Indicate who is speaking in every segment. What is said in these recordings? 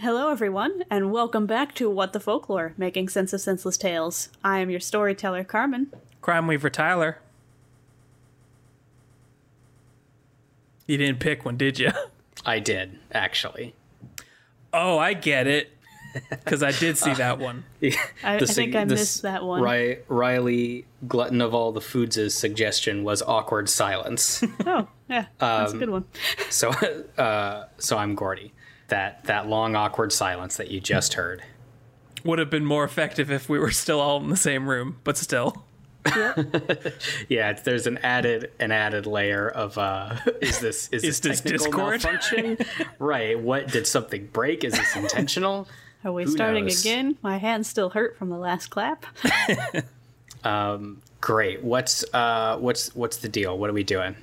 Speaker 1: Hello, everyone, and welcome back to What the Folklore Making Sense of Senseless Tales. I am your storyteller, Carmen.
Speaker 2: Crime Weaver Tyler. You didn't pick one, did you?
Speaker 3: I did, actually.
Speaker 2: Oh, I get it. Because I did see that one.
Speaker 1: I, I
Speaker 3: sig-
Speaker 1: think I
Speaker 3: this-
Speaker 1: missed that one.
Speaker 3: Ri- Riley, glutton of all the foods' suggestion was awkward silence.
Speaker 1: Oh, yeah, that's
Speaker 3: Um,
Speaker 1: a good one.
Speaker 3: so, uh, so I'm Gordy. That that long awkward silence that you just heard.
Speaker 2: Would have been more effective if we were still all in the same room, but still.
Speaker 3: Yeah, it's, there's an added an added layer of uh, is this is,
Speaker 2: Is this
Speaker 3: technical
Speaker 2: Discord?
Speaker 3: malfunction? right? What did something break? Is this intentional?
Speaker 1: Are we
Speaker 3: Who
Speaker 1: starting
Speaker 3: knows?
Speaker 1: again? My hands still hurt from the last clap.
Speaker 3: Great. What's uh what's what's the deal? What are we doing?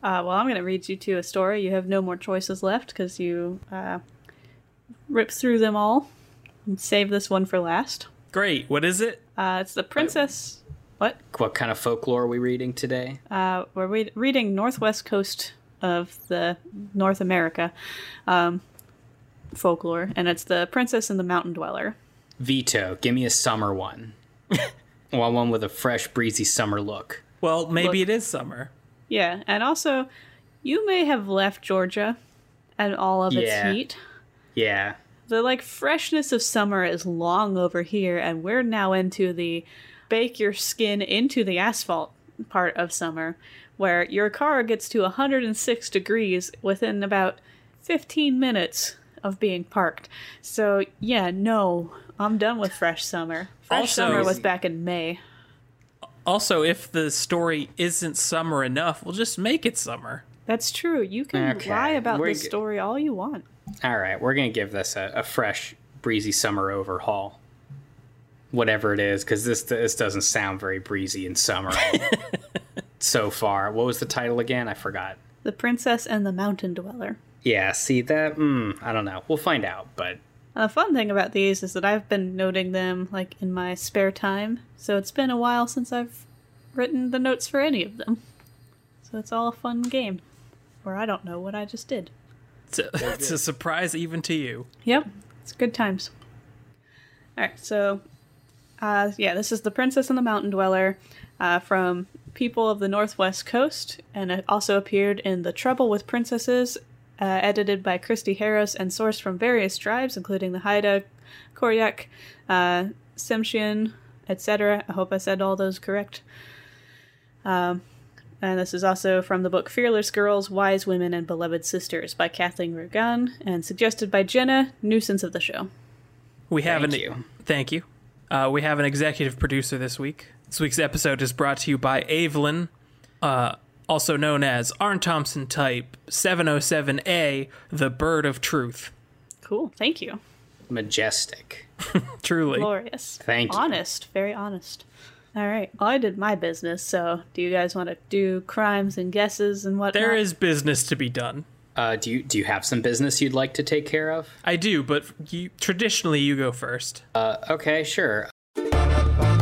Speaker 1: Uh, well, I'm going to read you two a story. You have no more choices left because you uh, ripped through them all. Save this one for last.
Speaker 2: Great. What is it?
Speaker 1: Uh, it's the princess. What?
Speaker 3: What kind of folklore are we reading today?
Speaker 1: Uh, we're read- reading Northwest Coast of the North America um, folklore, and it's the Princess and the Mountain Dweller.
Speaker 3: Veto. Give me a summer one. well, one with a fresh, breezy summer look.
Speaker 2: Well, maybe
Speaker 1: Look.
Speaker 2: it is summer.
Speaker 1: Yeah, and also, you may have left Georgia and all of
Speaker 3: Yeah.
Speaker 1: its heat.
Speaker 3: Yeah.
Speaker 1: The like freshness of summer is long over here, and we're now into the bake your skin into the asphalt part of summer, where your car gets to 106 degrees within about 15 minutes of being parked. So yeah, no, I'm done with fresh summer. Fresh
Speaker 2: Also-
Speaker 1: summer was back in May.
Speaker 2: Also, if the story isn't summer enough, we'll just make it summer.
Speaker 1: That's true. You can
Speaker 3: Okay,
Speaker 1: lie about
Speaker 3: we're
Speaker 1: this
Speaker 3: g-
Speaker 1: story all you want.
Speaker 3: All right, we're gonna give this a, a fresh, breezy summer overhaul. Whatever it is, because this this doesn't sound very breezy in summer so far. What was the title again? I forgot.
Speaker 1: The Princess and the Mountain Dweller.
Speaker 3: Yeah. See that? Mm, I don't know. We'll find out. But
Speaker 1: And the fun thing about these is that I've been noting them like in my spare time, so it's been a while since I've written the notes for any of them. So it's all a fun game where I don't know what I just did.
Speaker 2: It's a, it's a surprise even to you.
Speaker 1: Yep, it's good times. All right, so uh, yeah, this is the Princess and the Mountain Dweller uh, from People of the Northwest Coast, and it also appeared in The Trouble with Princesses, uh, edited by Christy Harris and sourced from various tribes, including the Haida, Koryak, uh, Simshian, etc. I hope I said all those correct. And this is also from the book Fearless Girls, Wise Women, and Beloved Sisters by Kathleen Rugan and suggested by Jenna, nuisance of the show.
Speaker 2: We have
Speaker 3: Thank
Speaker 2: an
Speaker 3: you.
Speaker 2: thank you. Uh, we have an executive producer this week. This week's episode is brought to you by Avelyn, uh, also known as Arn Thompson Type 707A, the Bird of Truth.
Speaker 1: Cool. Thank you.
Speaker 3: majestic.
Speaker 2: Truly,
Speaker 1: Glorious.
Speaker 3: Thank you.
Speaker 1: Honest. Very honest. All right. Well, I did my business, so do you guys want to do crimes and guesses and whatnot?
Speaker 2: there is business to be done.
Speaker 3: Uh, do you do you have some business you'd like to take care of?
Speaker 2: I do, but you, traditionally you go first.
Speaker 3: Okay, sure. Uh,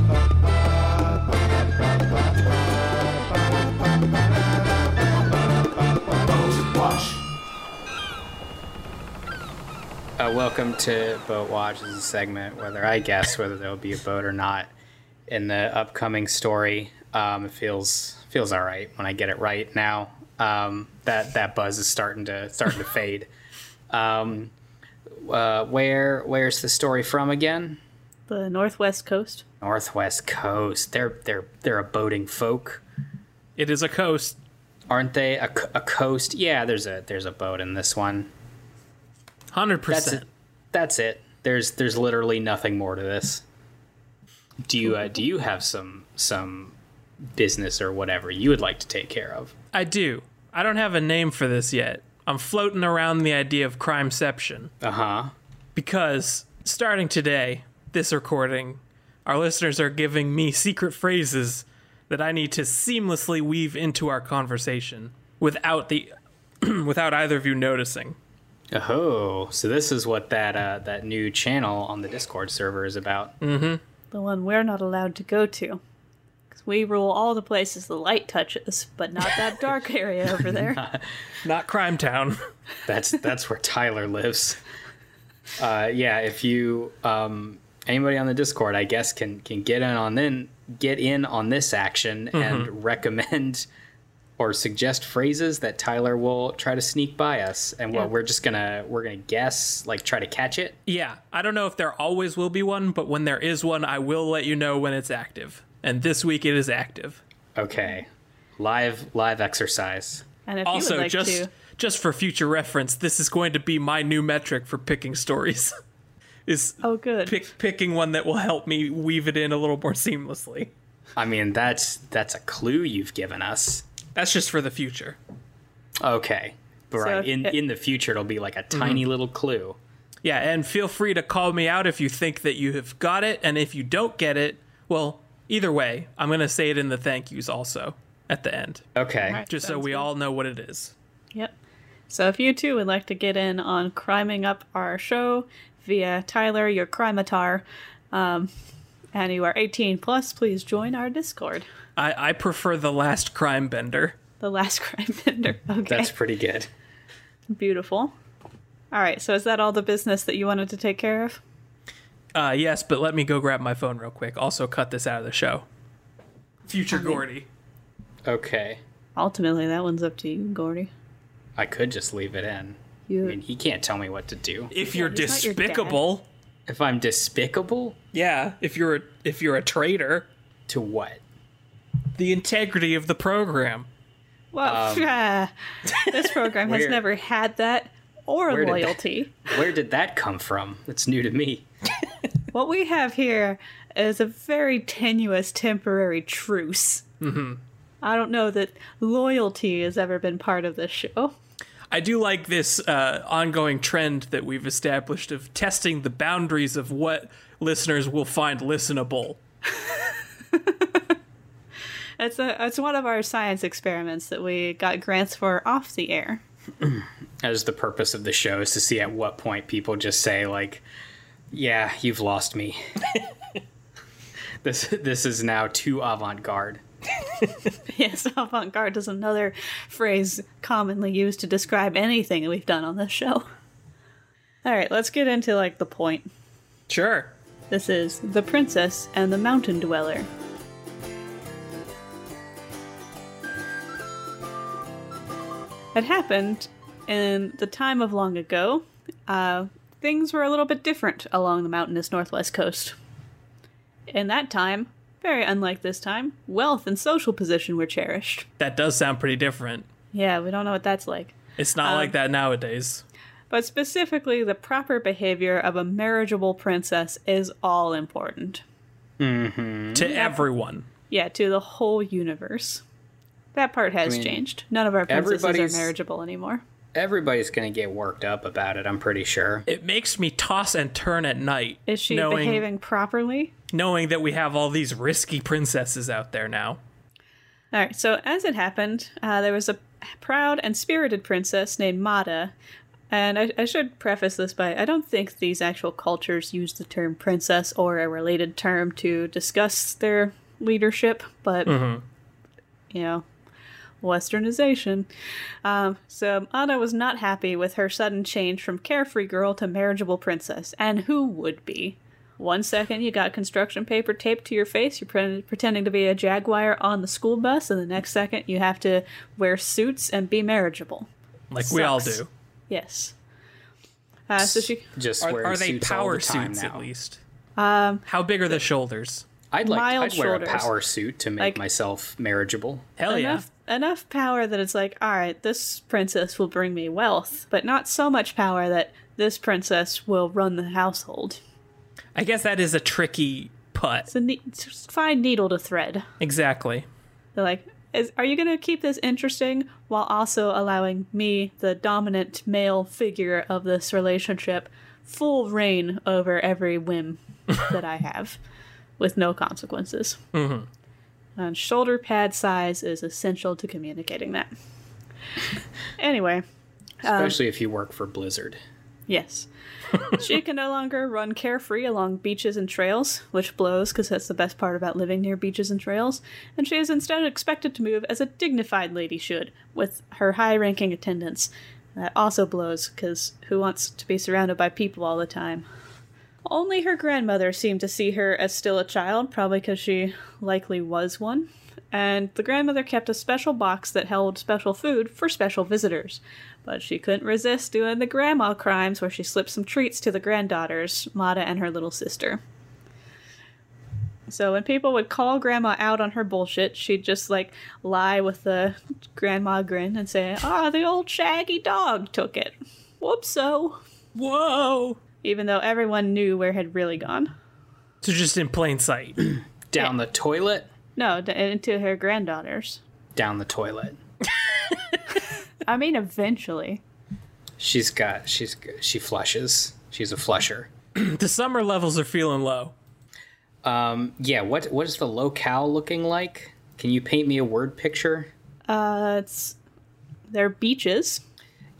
Speaker 3: Uh, welcome to Boat Watch. This is a segment whether I guess whether there will be a boat or not in the upcoming story. Um, it feels feels all right when I get it right now. Um, that that buzz is starting to starting to fade. Um, uh, where where's the story from again?
Speaker 1: the Northwest Coast.
Speaker 3: Northwest Coast. They're they're they're a boating folk,
Speaker 2: It is a coast.
Speaker 3: aren't they? A, c- a coast. Yeah, there's a there's a boat in this one.
Speaker 2: Hundred
Speaker 3: That's it.
Speaker 2: percent.
Speaker 3: That's it. There's there's literally nothing more to this. Do you uh, do you have some some business or whatever you would like to take care of?
Speaker 2: I do. I don't have a name for this yet. I'm floating around the idea of crimeception.
Speaker 3: Uh huh.
Speaker 2: because starting today, this recording, our listeners are giving me secret phrases that I need to seamlessly weave into our conversation without the without either of you noticing.
Speaker 3: Oh, so this is what that uh, that new channel on the Discord server is about.
Speaker 1: The one we're not allowed to go to. Because we rule all the places the light touches, but not that dark area over there.
Speaker 2: Not Crime Town.
Speaker 3: That's that's where Tyler lives. Uh, yeah, if you um, anybody on the Discord, I guess can can get in on then get in on this action and recommend or suggest phrases that Tyler will try to sneak by us, and well, we're just gonna we're gonna guess like try to catch it.
Speaker 2: yeah, I don't know if there always will be one, but when there is one, I will let you know when it's active. And this week it is active.
Speaker 3: Okay, live live exercise.
Speaker 1: And if you
Speaker 2: also
Speaker 1: would like
Speaker 2: just
Speaker 1: to.
Speaker 2: just for future reference this is going to be my new metric for picking stories is
Speaker 1: Oh, good.
Speaker 2: pick, picking one that will help me weave it in a little more seamlessly
Speaker 3: I mean that's that's a clue you've given us.
Speaker 2: that's just for the future
Speaker 3: Okay, but right
Speaker 1: if
Speaker 3: in
Speaker 1: it-
Speaker 3: in the future it'll be like a tiny little clue.
Speaker 2: yeah and feel free to call me out if you think that you have got it and if you don't get it well either way i'm going to say it in the thank yous also at the end
Speaker 3: Okay,
Speaker 1: Alright.
Speaker 2: just so
Speaker 1: Sounds
Speaker 2: we
Speaker 1: good.
Speaker 2: all know what it is
Speaker 1: Yep. So if you too would like to get in on criming up our show via Tyler, your crimatar, um, and you are 18 plus, please join our Discord.
Speaker 2: i, I prefer the last crime bender
Speaker 1: The Last Crime Bender. Okay.
Speaker 3: that's pretty good.
Speaker 1: beautiful. All right. So is that all the business that you wanted to take care of?
Speaker 2: uh, yes but let me go grab my phone real quick also cut this out of the show future gordy
Speaker 3: Okay.
Speaker 1: Ultimately, that one's up to you, Gordy.
Speaker 3: I could just leave it in.
Speaker 1: You.
Speaker 3: I mean, he can't tell me what to do.
Speaker 2: if you're
Speaker 1: he's not your dad.
Speaker 2: despicable
Speaker 3: If I'm despicable
Speaker 2: yeah if you're a, if you're a traitor
Speaker 3: to what?
Speaker 2: the integrity of the program
Speaker 1: well, this program has
Speaker 3: um, where-
Speaker 1: never had that or
Speaker 3: where did that-
Speaker 1: loyalty.
Speaker 3: Where did that come from? It's new to me.
Speaker 1: What we have here is a very tenuous temporary truce. Mm-hmm. I don't know that loyalty has ever been part of this show.
Speaker 2: i do like this uh, ongoing trend that we've established of testing the boundaries of what listeners will find listenable
Speaker 1: It's a, it's one of our science experiments that we got grants for off the air.
Speaker 3: As the purpose of the show is to see at what point people just say like, "Yeah, you've lost me." this this is now too avant-garde.
Speaker 1: Yes, avant garde is another phrase commonly used to describe anything that we've done on this show. All right, let's get into like the point.
Speaker 2: sure
Speaker 1: This is The Princess and the Mountain Dweller. It happened in the time of long ago. Uh, things were a little bit different along the mountainous northwest coast. In that time, very unlike this time, wealth and social position were cherished.
Speaker 2: that does sound pretty different
Speaker 1: Yeah, we don't know what that's like.
Speaker 2: it's not
Speaker 1: Um,
Speaker 2: like that nowadays
Speaker 1: But specifically, the proper behavior of a marriageable princess is all important.
Speaker 2: to
Speaker 1: Mm-hmm.
Speaker 2: everyone
Speaker 1: Yeah, to the whole universe. That part has changed. None of our princesses
Speaker 3: everybody's-
Speaker 1: are marriageable anymore.
Speaker 3: Everybody's going to get worked up about it, I'm pretty sure.
Speaker 2: it makes me toss and turn at night
Speaker 1: Is she
Speaker 2: knowing
Speaker 1: behaving properly?
Speaker 2: knowing that we have all these risky princesses out there now
Speaker 1: All right, so as it happened, uh, there was a proud and spirited princess named Mata. And I, I should preface this by I don't think these actual cultures use the term princess or a related term to discuss their leadership, but, you know, westernization. Um, so Mata was not happy with her sudden change from carefree girl to marriageable princess. And who would be? One second you got construction paper taped to your face, you're pre- pretending to be a jaguar on the school bus, and the next second you have to wear suits and be marriageable.
Speaker 2: like we all
Speaker 1: Sucks.
Speaker 2: do
Speaker 1: Yes. Uh, so she,
Speaker 3: Just
Speaker 2: Are,
Speaker 3: wearing
Speaker 2: are they
Speaker 3: suits all
Speaker 2: power
Speaker 3: the time
Speaker 2: suits
Speaker 3: now.
Speaker 2: at least? Um, How big are the shoulders?
Speaker 3: I'd like
Speaker 1: Mild
Speaker 3: I'd wear
Speaker 1: shoulders.
Speaker 3: a power suit to make
Speaker 1: Like-
Speaker 3: myself marriageable.
Speaker 2: Hell yeah!
Speaker 1: enough enough power that it's like, all right, this princess will bring me wealth, but not so much power that this princess will run the household.
Speaker 2: I guess that is a tricky putt.
Speaker 1: It's a ne- it's a fine needle to thread.
Speaker 2: Exactly.
Speaker 1: They're like, is, are you going to keep this interesting while also allowing me, the dominant male figure of this relationship, full reign over every whim that I have with no consequences. And shoulder pad size is essential to communicating that. anyway,
Speaker 2: Um,
Speaker 3: especially if you work for Blizzard.
Speaker 1: yes. she can no longer run carefree along beaches and trails, which blows because that's the best part about living near beaches and trails, and she is instead expected to move as a dignified lady should, with her high ranking attendants. That also blows because who wants to be surrounded by people all the time? Only her grandmother seemed to see her as still a child, probably because she likely was one. And the grandmother kept a special box that held special food for special visitors. But she couldn't resist doing the grandma crimes where she slipped some treats to the granddaughters, Mata and her little sister. So when people would call grandma out on her bullshit, she'd just like lie with the grandma grin and say, Ah, the old shaggy dog took it. Whoopso.
Speaker 2: Whoa!
Speaker 1: Even though everyone knew where it had really gone.
Speaker 2: So just in plain sight.
Speaker 3: Down the toilet.
Speaker 1: No, d- into her granddaughters.
Speaker 3: Down the toilet.
Speaker 1: I mean, eventually.
Speaker 3: She's got. She's. She flushes. She's a flusher.
Speaker 2: the summer levels are feeling low.
Speaker 3: Um. Yeah. What. What is the locale looking like? Can you paint me a word picture?
Speaker 1: Uh, it's they're beaches.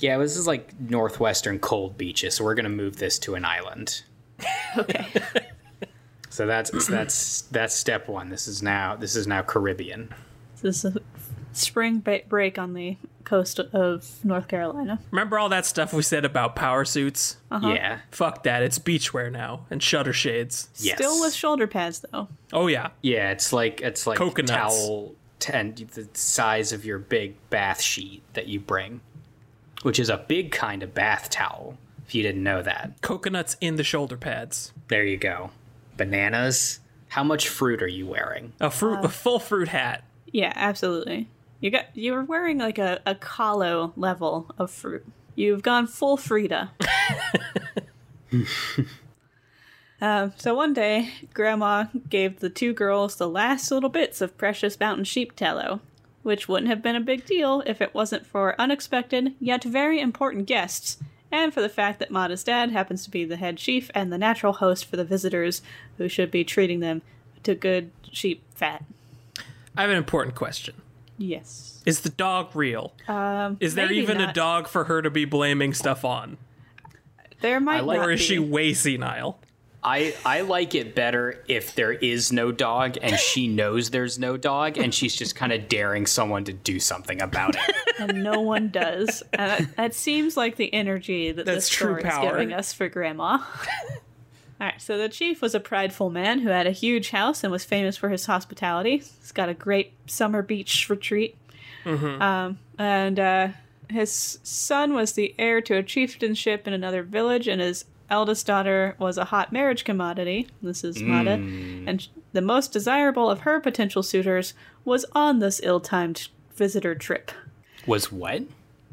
Speaker 3: Yeah. This is like northwestern cold beaches. So we're gonna move this to an island.
Speaker 1: Okay.
Speaker 3: So that's so that's that's step one. This is now this is now Caribbean.
Speaker 1: this is a spring ba- break on the coast of North Carolina.
Speaker 2: Remember all that stuff we said about power suits?
Speaker 3: Yeah.
Speaker 2: Fuck that. It's beachwear now and shutter shades.
Speaker 3: Yes.
Speaker 1: Still with shoulder pads though.
Speaker 2: Oh, yeah.
Speaker 3: Yeah, it's like it's like
Speaker 2: Coconuts.
Speaker 3: towel and the size of your big bath sheet that you bring, which is a big kind of bath towel. If you didn't know that,
Speaker 2: Coconuts in the shoulder pads.
Speaker 3: there you go. Bananas. How much fruit are you wearing?
Speaker 2: A fruit,
Speaker 1: Uh.
Speaker 2: a full fruit hat.
Speaker 1: Yeah, absolutely. You got you were wearing like a a colo level of fruit. You've gone full Frida. Um, so one day, Grandma gave the two girls the last little bits of precious mountain sheep tallow, which wouldn't have been a big deal if it wasn't for unexpected yet very important guests, and for the fact that Mata's dad happens to be the head chief and the natural host for the visitors who should be treating them to good sheep fat.
Speaker 2: I have an important question.
Speaker 1: Yes.
Speaker 2: Is the dog real?
Speaker 1: Um,
Speaker 2: Is there
Speaker 1: maybe
Speaker 2: even a
Speaker 1: not.
Speaker 2: dog for her to be blaming stuff on?
Speaker 1: There might
Speaker 3: like-
Speaker 1: not
Speaker 2: Or is
Speaker 1: be.
Speaker 2: she way senile?
Speaker 3: I I like it better if there is no dog and she knows there's no dog and she's just kind of daring someone to do something about it.
Speaker 1: and no one does. And that, that seems like the energy that
Speaker 2: That's
Speaker 1: this
Speaker 2: true
Speaker 1: story
Speaker 2: power.
Speaker 1: is giving us for Grandma. All right, so the chief was a prideful man who had a huge house and was famous for his hospitality. He's got a great summer beach retreat.
Speaker 2: Mm-hmm.
Speaker 1: Um, and uh, his son was the heir to a chieftainship in another village, and his eldest daughter was a hot marriage commodity. This is Mata.
Speaker 2: Mm.
Speaker 1: And sh- the most desirable of her potential suitors was on this ill timed visitor trip
Speaker 3: Was what?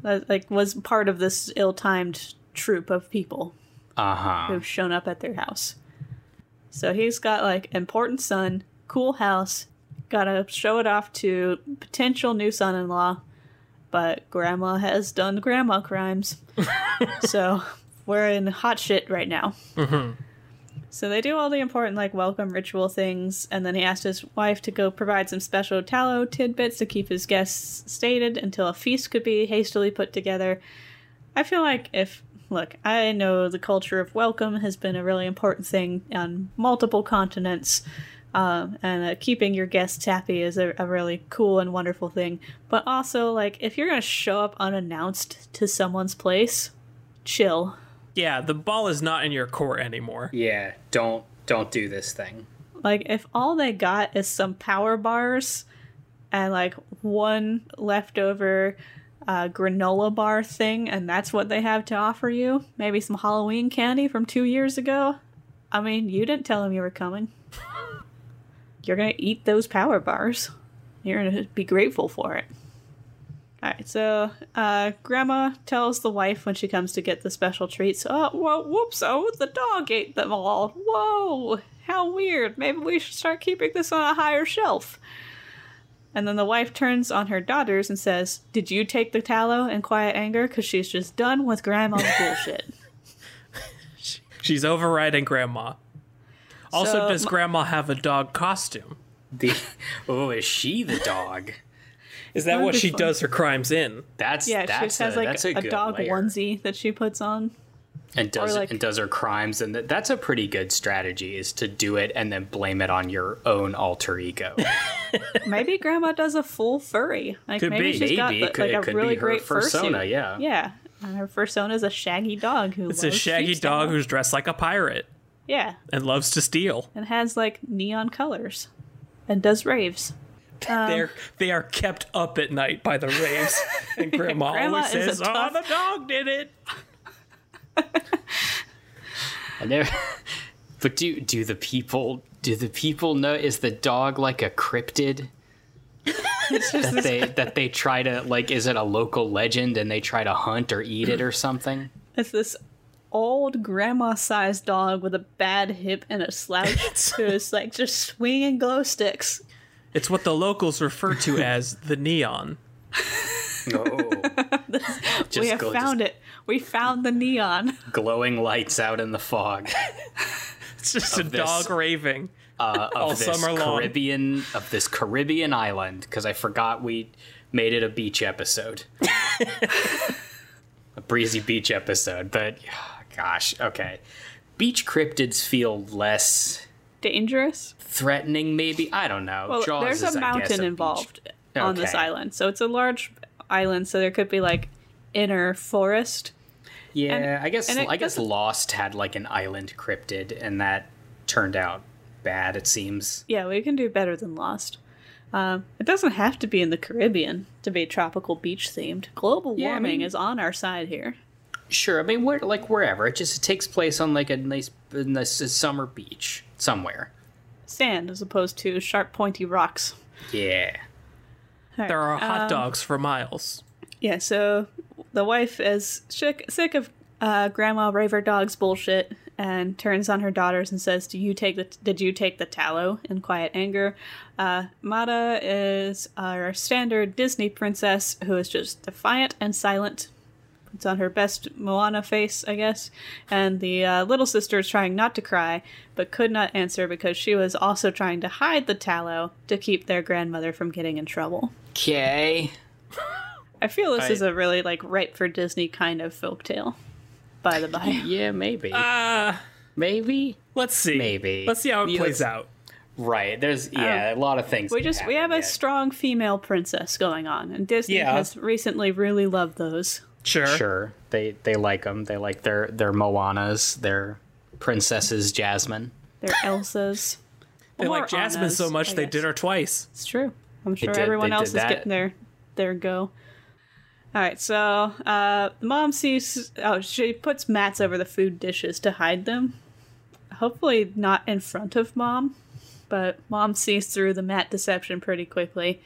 Speaker 1: that like was part of this ill-timed troop of people
Speaker 3: Uh huh.
Speaker 1: who've shown up at their house. So he's got like important son, cool house, gotta show it off to potential new son-in-law, but grandma has done grandma crimes, so we're in hot shit right now. So they do all the important like welcome ritual things, and then he asked his wife to go provide some special tallow tidbits to keep his guests stated until a feast could be hastily put together. I feel like if look, I know the culture of welcome has been a really important thing on multiple continents, um, and uh, keeping your guests happy is a, a really cool and wonderful thing. But also, like, if you're gonna show up unannounced to someone's place, chill.
Speaker 2: Yeah, the ball is not in your court anymore.
Speaker 3: Yeah. Don't don't do this thing.
Speaker 1: Like, if all they got is some power bars and like one leftover uh, granola bar thing, and that's what they have to offer you, maybe some Halloween candy from two years ago. I mean, you didn't tell them you were coming. You're gonna eat those power bars. You're gonna be grateful for it. All right, so uh, Grandma tells the wife when she comes to get the special treats, "Oh, whoa, whoops! Oh, the dog ate them all. Whoa, how weird! Maybe we should start keeping this on a higher shelf." And then the wife turns on her daughters and says, "Did you take the tallow?" in quiet anger because she's just done with Grandma's bullshit.
Speaker 2: She's overriding Grandma. Also,
Speaker 1: So,
Speaker 2: does
Speaker 1: m-
Speaker 2: Grandma have a dog costume?
Speaker 3: The oh, is she the dog?
Speaker 2: Is that
Speaker 1: That'd
Speaker 2: what
Speaker 1: be
Speaker 2: she
Speaker 1: fun.
Speaker 2: does her crimes in?
Speaker 3: That's
Speaker 1: Yeah, she
Speaker 3: that's
Speaker 1: just has
Speaker 3: a,
Speaker 1: like
Speaker 3: that's
Speaker 1: a,
Speaker 3: good
Speaker 1: dog
Speaker 3: layer.
Speaker 1: onesie that she puts on.
Speaker 3: and does
Speaker 1: or, like-
Speaker 3: and does her crimes, and that that's a pretty good strategy is to do it and then blame it on your own alter ego.
Speaker 1: Maybe Grandma does a full furry. Like
Speaker 3: Could
Speaker 1: maybe
Speaker 3: be.
Speaker 1: she's got
Speaker 3: Maybe.
Speaker 1: like,
Speaker 3: Could- it
Speaker 1: like
Speaker 3: could
Speaker 1: a
Speaker 3: be
Speaker 1: really
Speaker 3: her
Speaker 1: great
Speaker 3: fursona,
Speaker 1: fursuit.
Speaker 3: yeah.
Speaker 1: yeah. And her fursona is a shaggy dog who
Speaker 2: It's a shaggy dog who's dressed like a pirate
Speaker 1: yeah,
Speaker 2: and loves to steal.
Speaker 1: and has like neon colors, and does raves. Um,
Speaker 2: They're they are kept up at night by the raves, and Grandma,
Speaker 1: Grandma
Speaker 2: always
Speaker 1: is a
Speaker 2: says, "Oh,
Speaker 1: tough-
Speaker 2: the dog did it."
Speaker 3: I never. But do do the people do the people know? Is the dog like a cryptid? that they that they try to like is it a local legend and they try to hunt or eat it or something?
Speaker 1: It's this old grandma-sized dog with a bad hip and a slouch who's like just swinging glow sticks.
Speaker 2: It's what the locals refer to as the neon.
Speaker 3: No. just
Speaker 1: we have
Speaker 3: go-
Speaker 1: found
Speaker 3: just
Speaker 1: it. We found the neon.
Speaker 3: glowing lights out in the fog
Speaker 2: It's just a
Speaker 3: this-
Speaker 2: dog raving.
Speaker 3: uh, of
Speaker 2: All
Speaker 3: this
Speaker 2: summer long.
Speaker 3: Caribbean of this Caribbean island because I forgot we made it a beach episode, a breezy beach episode. But gosh, okay, beach cryptids feel less
Speaker 1: Dangerous.
Speaker 3: threatening, maybe. I don't know.
Speaker 1: Well,
Speaker 3: Jaws
Speaker 1: there's
Speaker 3: is,
Speaker 1: a
Speaker 3: I guess,
Speaker 1: mountain
Speaker 3: beach.
Speaker 1: involved on this
Speaker 3: Okay.
Speaker 1: island, so it's a large island. So there could be like inner forest.
Speaker 3: Yeah,
Speaker 1: And-
Speaker 3: I guess
Speaker 1: and it
Speaker 3: I guess
Speaker 1: doesn't-
Speaker 3: Lost had like an island cryptid, and that turned out bad. It seems.
Speaker 1: Yeah, we can do better than Lost. Um, it doesn't have to be in the Caribbean to be tropical beach themed. Global
Speaker 3: Yeah, I
Speaker 1: warming
Speaker 3: mean-
Speaker 1: is on our side here.
Speaker 3: Sure, I mean, where, like wherever it just it takes place on like a nice, a nice summer beach somewhere.
Speaker 1: Sand as opposed to sharp, pointy rocks.
Speaker 3: Yeah.
Speaker 1: All right,
Speaker 2: There are hot
Speaker 1: um,
Speaker 2: dogs for miles.
Speaker 1: Yeah, so the wife is sick, sick of uh, Grandma Raver Dog's bullshit and turns on her daughters and says, "Do you take the? Did you take the tallow?" In quiet anger, uh, Mata is our standard Disney princess who is just defiant and silent. Puts on her best Moana face, I guess, and the uh, little sister is trying not to cry, but could not answer because she was also trying to hide the tallow to keep their grandmother from getting in trouble.
Speaker 3: Okay.
Speaker 1: I feel this
Speaker 3: I-
Speaker 1: is a really like ripe for Disney kind of folktale. By the by,
Speaker 3: Yeah, maybe.
Speaker 2: Uh,
Speaker 3: maybe.
Speaker 2: let's see.
Speaker 3: Maybe.
Speaker 2: Let's see how it
Speaker 3: Yeah,
Speaker 2: plays
Speaker 3: let's-
Speaker 2: out.
Speaker 3: Right. There's yeah, a lot of things.
Speaker 1: Oh. we
Speaker 3: can
Speaker 1: just we
Speaker 3: happen
Speaker 1: have a
Speaker 3: yet.
Speaker 1: strong female princess going on, and Disney
Speaker 2: Yeah.
Speaker 1: has recently really loved those.
Speaker 2: Sure.
Speaker 3: Sure. They they like them. They like their their Moanas, their princesses Jasmine.
Speaker 1: They're Elsa's.
Speaker 2: They
Speaker 1: Or
Speaker 2: like Jasmine so
Speaker 1: Anna's,
Speaker 2: much
Speaker 1: I
Speaker 2: they
Speaker 1: guess.
Speaker 2: did her twice.
Speaker 1: It's true. I'm sure
Speaker 3: did-
Speaker 1: everyone
Speaker 3: they
Speaker 1: else is
Speaker 3: did that.
Speaker 1: getting their their go. All right, so uh, the mom sees. Oh, she puts mats over the food dishes to hide them. Hopefully, not in front of mom, but mom sees through the mat deception pretty quickly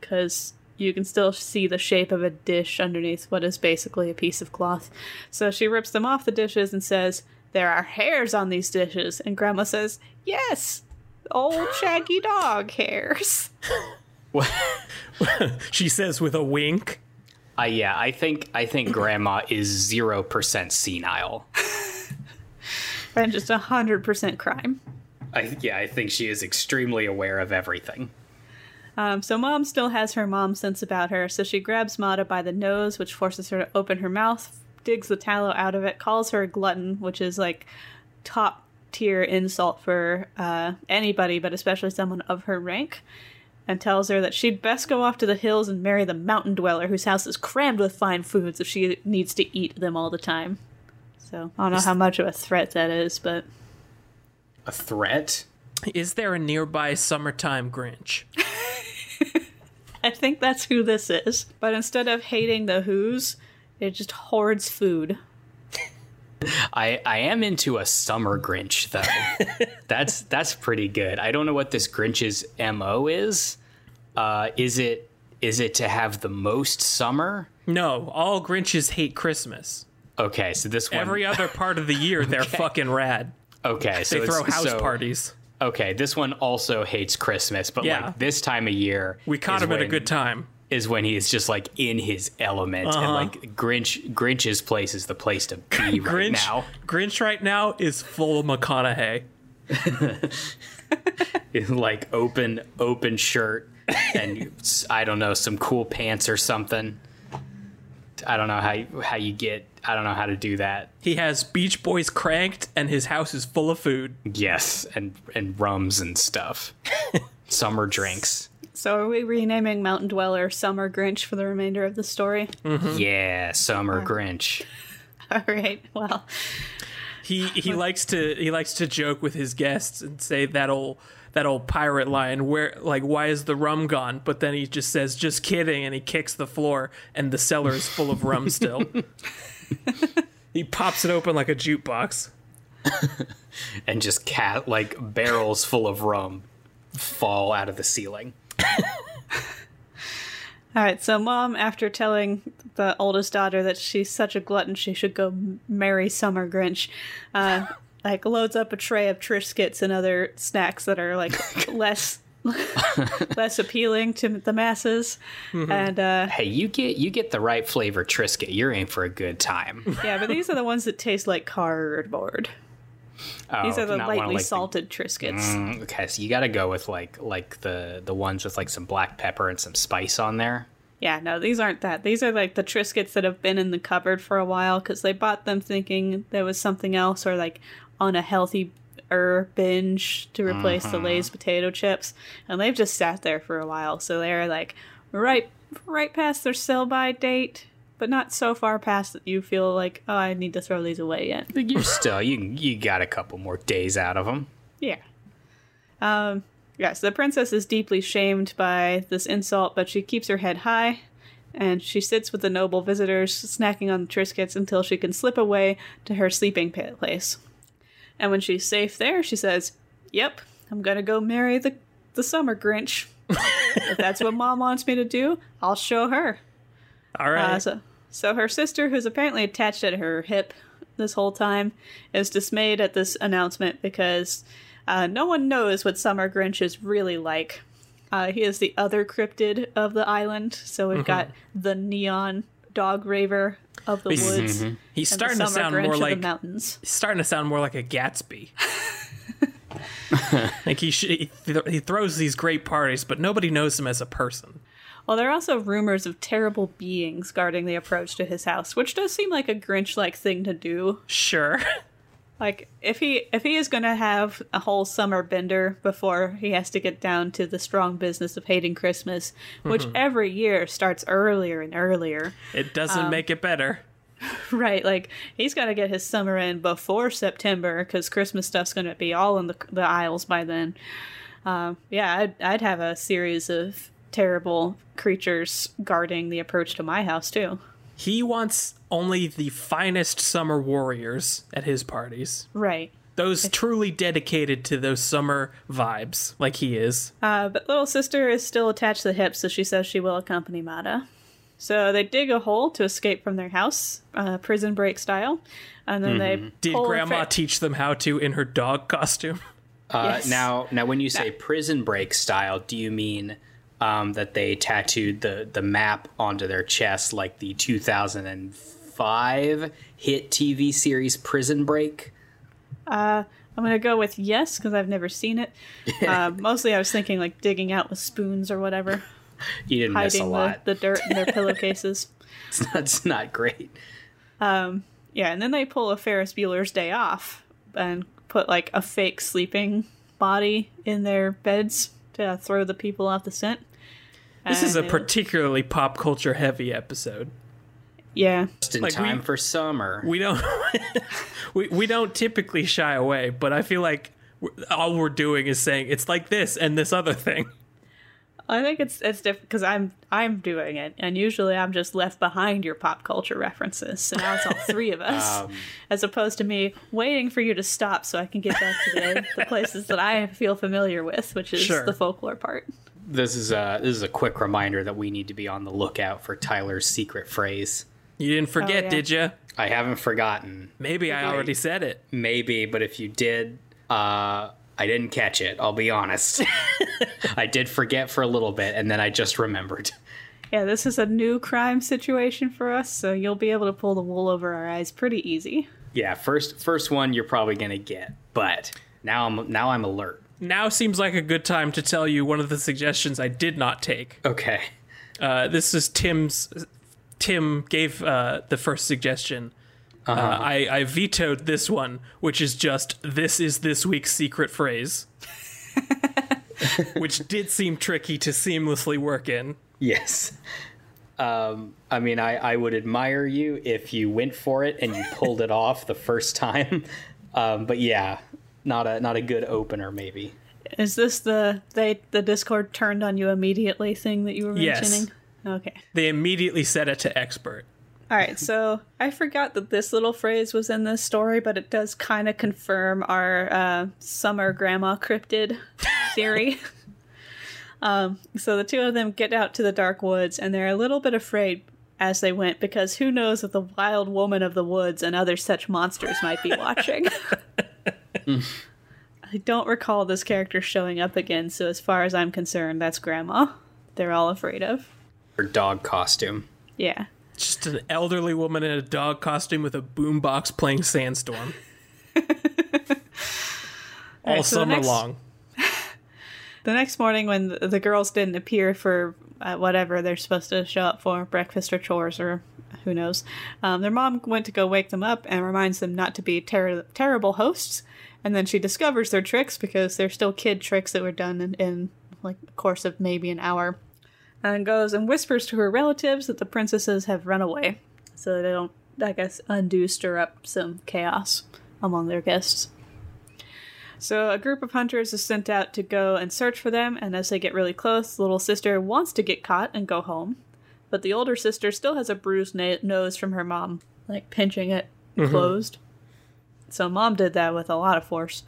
Speaker 1: because you can still see the shape of a dish underneath what is basically a piece of cloth. So she rips them off the dishes and says, There are hairs on these dishes. And grandma says, Yes, old shaggy dog hairs.
Speaker 2: She says with a wink.
Speaker 3: Uh, yeah, I think I think Grandma is zero percent senile.
Speaker 1: And just a 100% crime.
Speaker 3: I, yeah, I think she is extremely aware of everything.
Speaker 1: Um, so mom still has her mom sense about her, so she grabs Mata by the nose, which forces her to open her mouth, digs the tallow out of it, calls her a glutton, which is like top tier insult for uh, anybody, but especially someone of her rank, and tells her that she'd best go off to the hills and marry the mountain dweller whose house is crammed with fine foods if she needs to eat them all the time. So I don't know how much of a threat that is, but
Speaker 3: A threat?
Speaker 2: Is there a nearby summertime Grinch?
Speaker 1: I think that's who this is. But instead of hating the Who's, it just hoards food.
Speaker 3: I, I am into a summer Grinch though. that's that's pretty good. I don't know what this Grinch's mo is. Uh, is it is it to have the most summer?
Speaker 2: No, all Grinches hate Christmas.
Speaker 3: Okay, so this one.
Speaker 2: Every other part of the year, they're fucking rad.
Speaker 3: okay, so
Speaker 2: They
Speaker 3: it's-
Speaker 2: throw house
Speaker 3: so-
Speaker 2: parties.
Speaker 3: Okay, this one also hates Christmas, but
Speaker 2: Yeah.
Speaker 3: like this time of year,
Speaker 2: We caught
Speaker 3: is
Speaker 2: him at a
Speaker 3: when-
Speaker 2: good time.
Speaker 3: is when he is just like in his element and
Speaker 2: Uh-huh.
Speaker 3: like Grinch Grinch's place is the place to be right
Speaker 2: Grinch
Speaker 3: now.
Speaker 2: Grinch right now is full of McConaughey.
Speaker 3: like open open shirt and I don't know some cool pants or something. I don't know how you, how you get I don't know how to do that.
Speaker 2: He has Beach Boys cranked and his house is full of food.
Speaker 3: Yes, and and rums and stuff. Summer drinks.
Speaker 1: So are we renaming Mountain Dweller Summer Grinch for the remainder of the story?
Speaker 3: Yeah, summer Grinch.
Speaker 1: All right. Well,
Speaker 2: He he likes to he likes to joke with his guests and say that old that old pirate line where like why is the rum gone? But then he just says just kidding and he kicks the floor and the cellar is full of rum still. he pops it open like a jukebox.
Speaker 3: and just cat like barrels full of rum fall out of the ceiling.
Speaker 1: all right. So mom, after telling the oldest daughter that she's such a glutton, she should go m- marry Summer Grinch, uh, like loads up a tray of Triscuits and other snacks that are like less less appealing to the masses, and uh,
Speaker 3: Hey, you get you get the right flavor Triscuit. You're in for a good time.
Speaker 1: yeah, but these are the ones that taste like cardboard.
Speaker 3: Oh,
Speaker 1: These are the
Speaker 3: not wanna
Speaker 1: lightly
Speaker 3: like the-
Speaker 1: salted Triscuits.
Speaker 3: Mm, okay, so you got to go with like like the the ones with like some black pepper and some spice on there.
Speaker 1: Yeah, no, these aren't that. These are like the Triscuits that have been in the cupboard for a while because they bought them thinking there was something else or like on a healthy er binge to replace
Speaker 3: Mm-hmm.
Speaker 1: the Lay's potato chips, and they've just sat there for a while. So they're like right, right past their sell by date, but not so far past that you feel like oh, I need to throw these away yet.
Speaker 3: But you're still you you got a couple more days out of them.
Speaker 1: Yeah. Um, yeah, so the princess is deeply shamed by this insult, but she keeps her head high and she sits with the noble visitors, snacking on the Triscuits until she can slip away to her sleeping pa- place. And when she's safe there, she says, Yep, I'm gonna go marry the, the summer Grinch. if that's what mom wants me to do, I'll show her.
Speaker 2: All right.
Speaker 1: Uh, so, so her sister, who's apparently attached at her hip this whole time, is dismayed at this announcement because uh, no one knows what Summer Grinch is really like. Uh, he is the other cryptid of the island, so
Speaker 2: Mm-hmm.
Speaker 1: we've got the neon dog raver of the woods. and
Speaker 2: He's Mm-hmm.
Speaker 1: the
Speaker 2: starting to
Speaker 1: Summer
Speaker 2: sound
Speaker 1: Grinch
Speaker 2: more
Speaker 1: of
Speaker 2: like
Speaker 1: the mountains.
Speaker 2: he's starting to sound more like a Gatsby. like he sh- he, th- he throws these great parties, but nobody knows him as a person.
Speaker 1: Well, there are also rumors of terrible beings guarding the approach to his house, which does seem like a Grinch-like thing to do.
Speaker 2: Sure.
Speaker 1: Like if he if he is going to have a whole summer bender before he has to get down to the strong business of hating Christmas, which every year starts earlier and earlier.
Speaker 2: It
Speaker 1: Um,
Speaker 2: doesn't make it better.
Speaker 1: Right, like he's got to get his summer in before September cuz Christmas stuff's going to be all in the the aisles by then. Um, yeah, I'd I'd have a series of terrible creatures guarding the approach to my house too.
Speaker 2: He wants only the finest summer warriors at his parties.
Speaker 1: Right.
Speaker 2: Those truly dedicated to those summer vibes, like he is.
Speaker 1: Uh, but little sister is still attached to the hip, so she says she will accompany Mata. So they dig a hole to escape from their house, uh, prison break style, and then
Speaker 3: Mm-hmm.
Speaker 1: they
Speaker 2: Did
Speaker 1: pull a
Speaker 2: Grandma
Speaker 1: fa-
Speaker 2: teach them how to in her dog costume?
Speaker 3: Uh,
Speaker 1: Yes.
Speaker 3: Now now when you say prison break style, do you mean um, that they tattooed the the map onto their chest like the 2005 hit TV series Prison Break?
Speaker 1: I'm gonna go with yes because I've never seen it. uh, mostly, I was thinking like digging out with spoons or whatever,
Speaker 3: You didn't miss a
Speaker 1: hiding the,
Speaker 3: lot.
Speaker 1: the dirt in their pillowcases.
Speaker 3: That's not great.
Speaker 1: Yeah, and then they pull a Ferris Bueller's Day Off and put like a fake sleeping body in their beds to throw the people off the scent.
Speaker 2: This is a
Speaker 1: And they-
Speaker 2: particularly pop culture heavy episode.
Speaker 1: yeah.
Speaker 3: Just in
Speaker 2: Like, we-
Speaker 3: time for summer.
Speaker 2: we don't we, we don't typically shy away but i feel like we're- all we're doing is saying it's like this and this other thing
Speaker 1: I think it's it's different because I'm I'm doing it, and usually I'm just left behind your pop culture references. So now it's all three of us,
Speaker 2: Um,
Speaker 1: as opposed to me waiting for you to stop so I can get back to the, the places that I feel familiar with, which is
Speaker 2: Sure.
Speaker 1: the folklore part.
Speaker 3: This is a this is a quick reminder that we need to be on the lookout for Tyler's secret phrase.
Speaker 2: you didn't forget
Speaker 1: yeah.
Speaker 2: did you
Speaker 3: I haven't forgotten,
Speaker 2: maybe i already said it
Speaker 3: maybe, but if you did, uh, I didn't catch it. I'll be honest. I did forget for a little bit, and then I just remembered.
Speaker 1: Yeah, this is a new crime situation for us, so you'll be able to pull the wool over our eyes pretty easy.
Speaker 3: Yeah, first first one you're probably gonna get, but now I'm now I'm alert.
Speaker 2: Now seems like a good time to tell you one of the suggestions I did not take.
Speaker 3: Okay.
Speaker 2: Uh, this is Tim's. Tim gave uh, the first suggestion. uh I, I vetoed this one, which is just this is this week's secret phrase, which did seem tricky to seamlessly work in.
Speaker 3: Yes. Um, I mean, I, I would admire you if you went for it and you pulled it off the first time. Um, but yeah, not a not a good opener, maybe.
Speaker 1: Is this the they the Discord turned on you immediately thing that you were
Speaker 2: Yes.
Speaker 1: mentioning? Okay.
Speaker 2: They immediately set it to expert.
Speaker 1: All right, so I forgot that this little phrase was in this story, but it does kind of confirm our uh, summer grandma cryptid theory. um, so the two of them get out to the dark woods, and they're a little bit afraid as they went because who knows if the wild woman of the woods and other such monsters might be watching. I don't recall this character showing up again, so as far as I'm concerned, that's grandma. They're all afraid of.
Speaker 3: Or dog costume.
Speaker 1: Yeah.
Speaker 2: Just an elderly woman in a dog costume with a boombox playing Sandstorm. All
Speaker 1: right, so the
Speaker 2: summer
Speaker 1: next-
Speaker 2: long.
Speaker 1: The next morning, when th- the girls didn't appear for uh, whatever they're supposed to show up for breakfast or chores or who knows um, their mom went to go wake them up and reminds them not to be ter- terrible hosts. And then she discovers their tricks because they're still kid tricks that were done in, in like a course of maybe an hour. And goes and whispers to her relatives that the princesses have run away, so they don't, I guess, undo stir up some chaos among their guests. So a group of hunters is sent out to go and search for them, and as they get really close, the little sister wants to get caught and go home, but the older sister still has a bruised na- nose from her mom, like pinching it closed. So mom did that with a lot of force,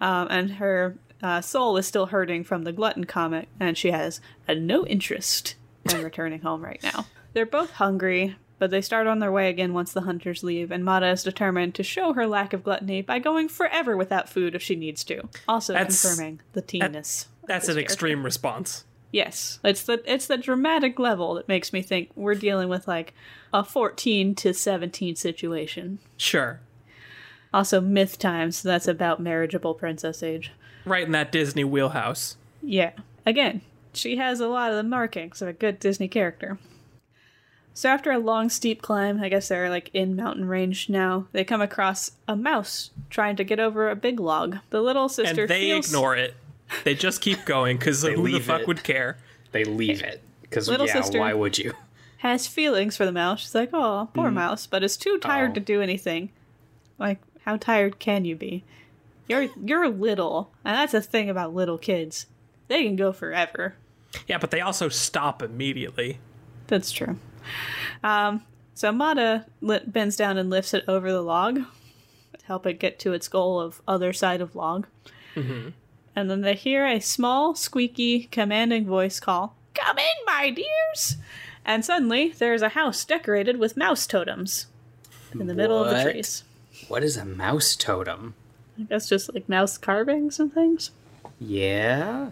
Speaker 1: um, and her uh, soul is still hurting from the glutton comet, and she has a no interest in returning home right now. They're both hungry. But they start on their way again once the hunters leave, and Mata is determined to show her lack of gluttony by going forever without food if she needs to. Also
Speaker 2: That's-
Speaker 1: confirming the teenness. of
Speaker 2: That's
Speaker 1: this
Speaker 2: an
Speaker 1: character.
Speaker 2: extreme response.
Speaker 1: Yes, it's the it's the dramatic level that makes me think we're dealing with like a fourteen to seventeen situation.
Speaker 2: Sure.
Speaker 1: Also, myth time, so that's about marriageable princess age.
Speaker 2: Right in that Disney wheelhouse.
Speaker 1: Yeah, again, she has a lot of the markings of a good Disney character. So after a long steep climb, I guess they're like in mountain range now. They come across a mouse trying to get over a big log. The little
Speaker 2: And
Speaker 1: sister
Speaker 2: they
Speaker 1: feels-
Speaker 2: ignore it. They just keep going because who the
Speaker 3: leave
Speaker 2: fuck
Speaker 3: it.
Speaker 2: would care?
Speaker 3: They leave it because yeah,
Speaker 1: Little sister.
Speaker 3: why would you?
Speaker 1: has feelings for the mouse. She's like, oh, poor mouse, but is too tired
Speaker 3: Oh.
Speaker 1: to do anything. Like, how tired can you be? You're you're little, and that's the thing about little kids. They can go forever.
Speaker 2: Yeah, but they also stop immediately.
Speaker 1: That's true. Um, so Mata li- bends down and lifts it over the log to help it get to its goal of other side of log.
Speaker 3: Mm-hmm.
Speaker 1: And then they hear a small, squeaky, commanding voice call, Come in, my dears! And suddenly, there's a house decorated with mouse totems in the middle of the
Speaker 3: What?
Speaker 1: trees.
Speaker 3: What is a mouse totem?
Speaker 1: That's just like mouse carvings and things.
Speaker 3: Yeah.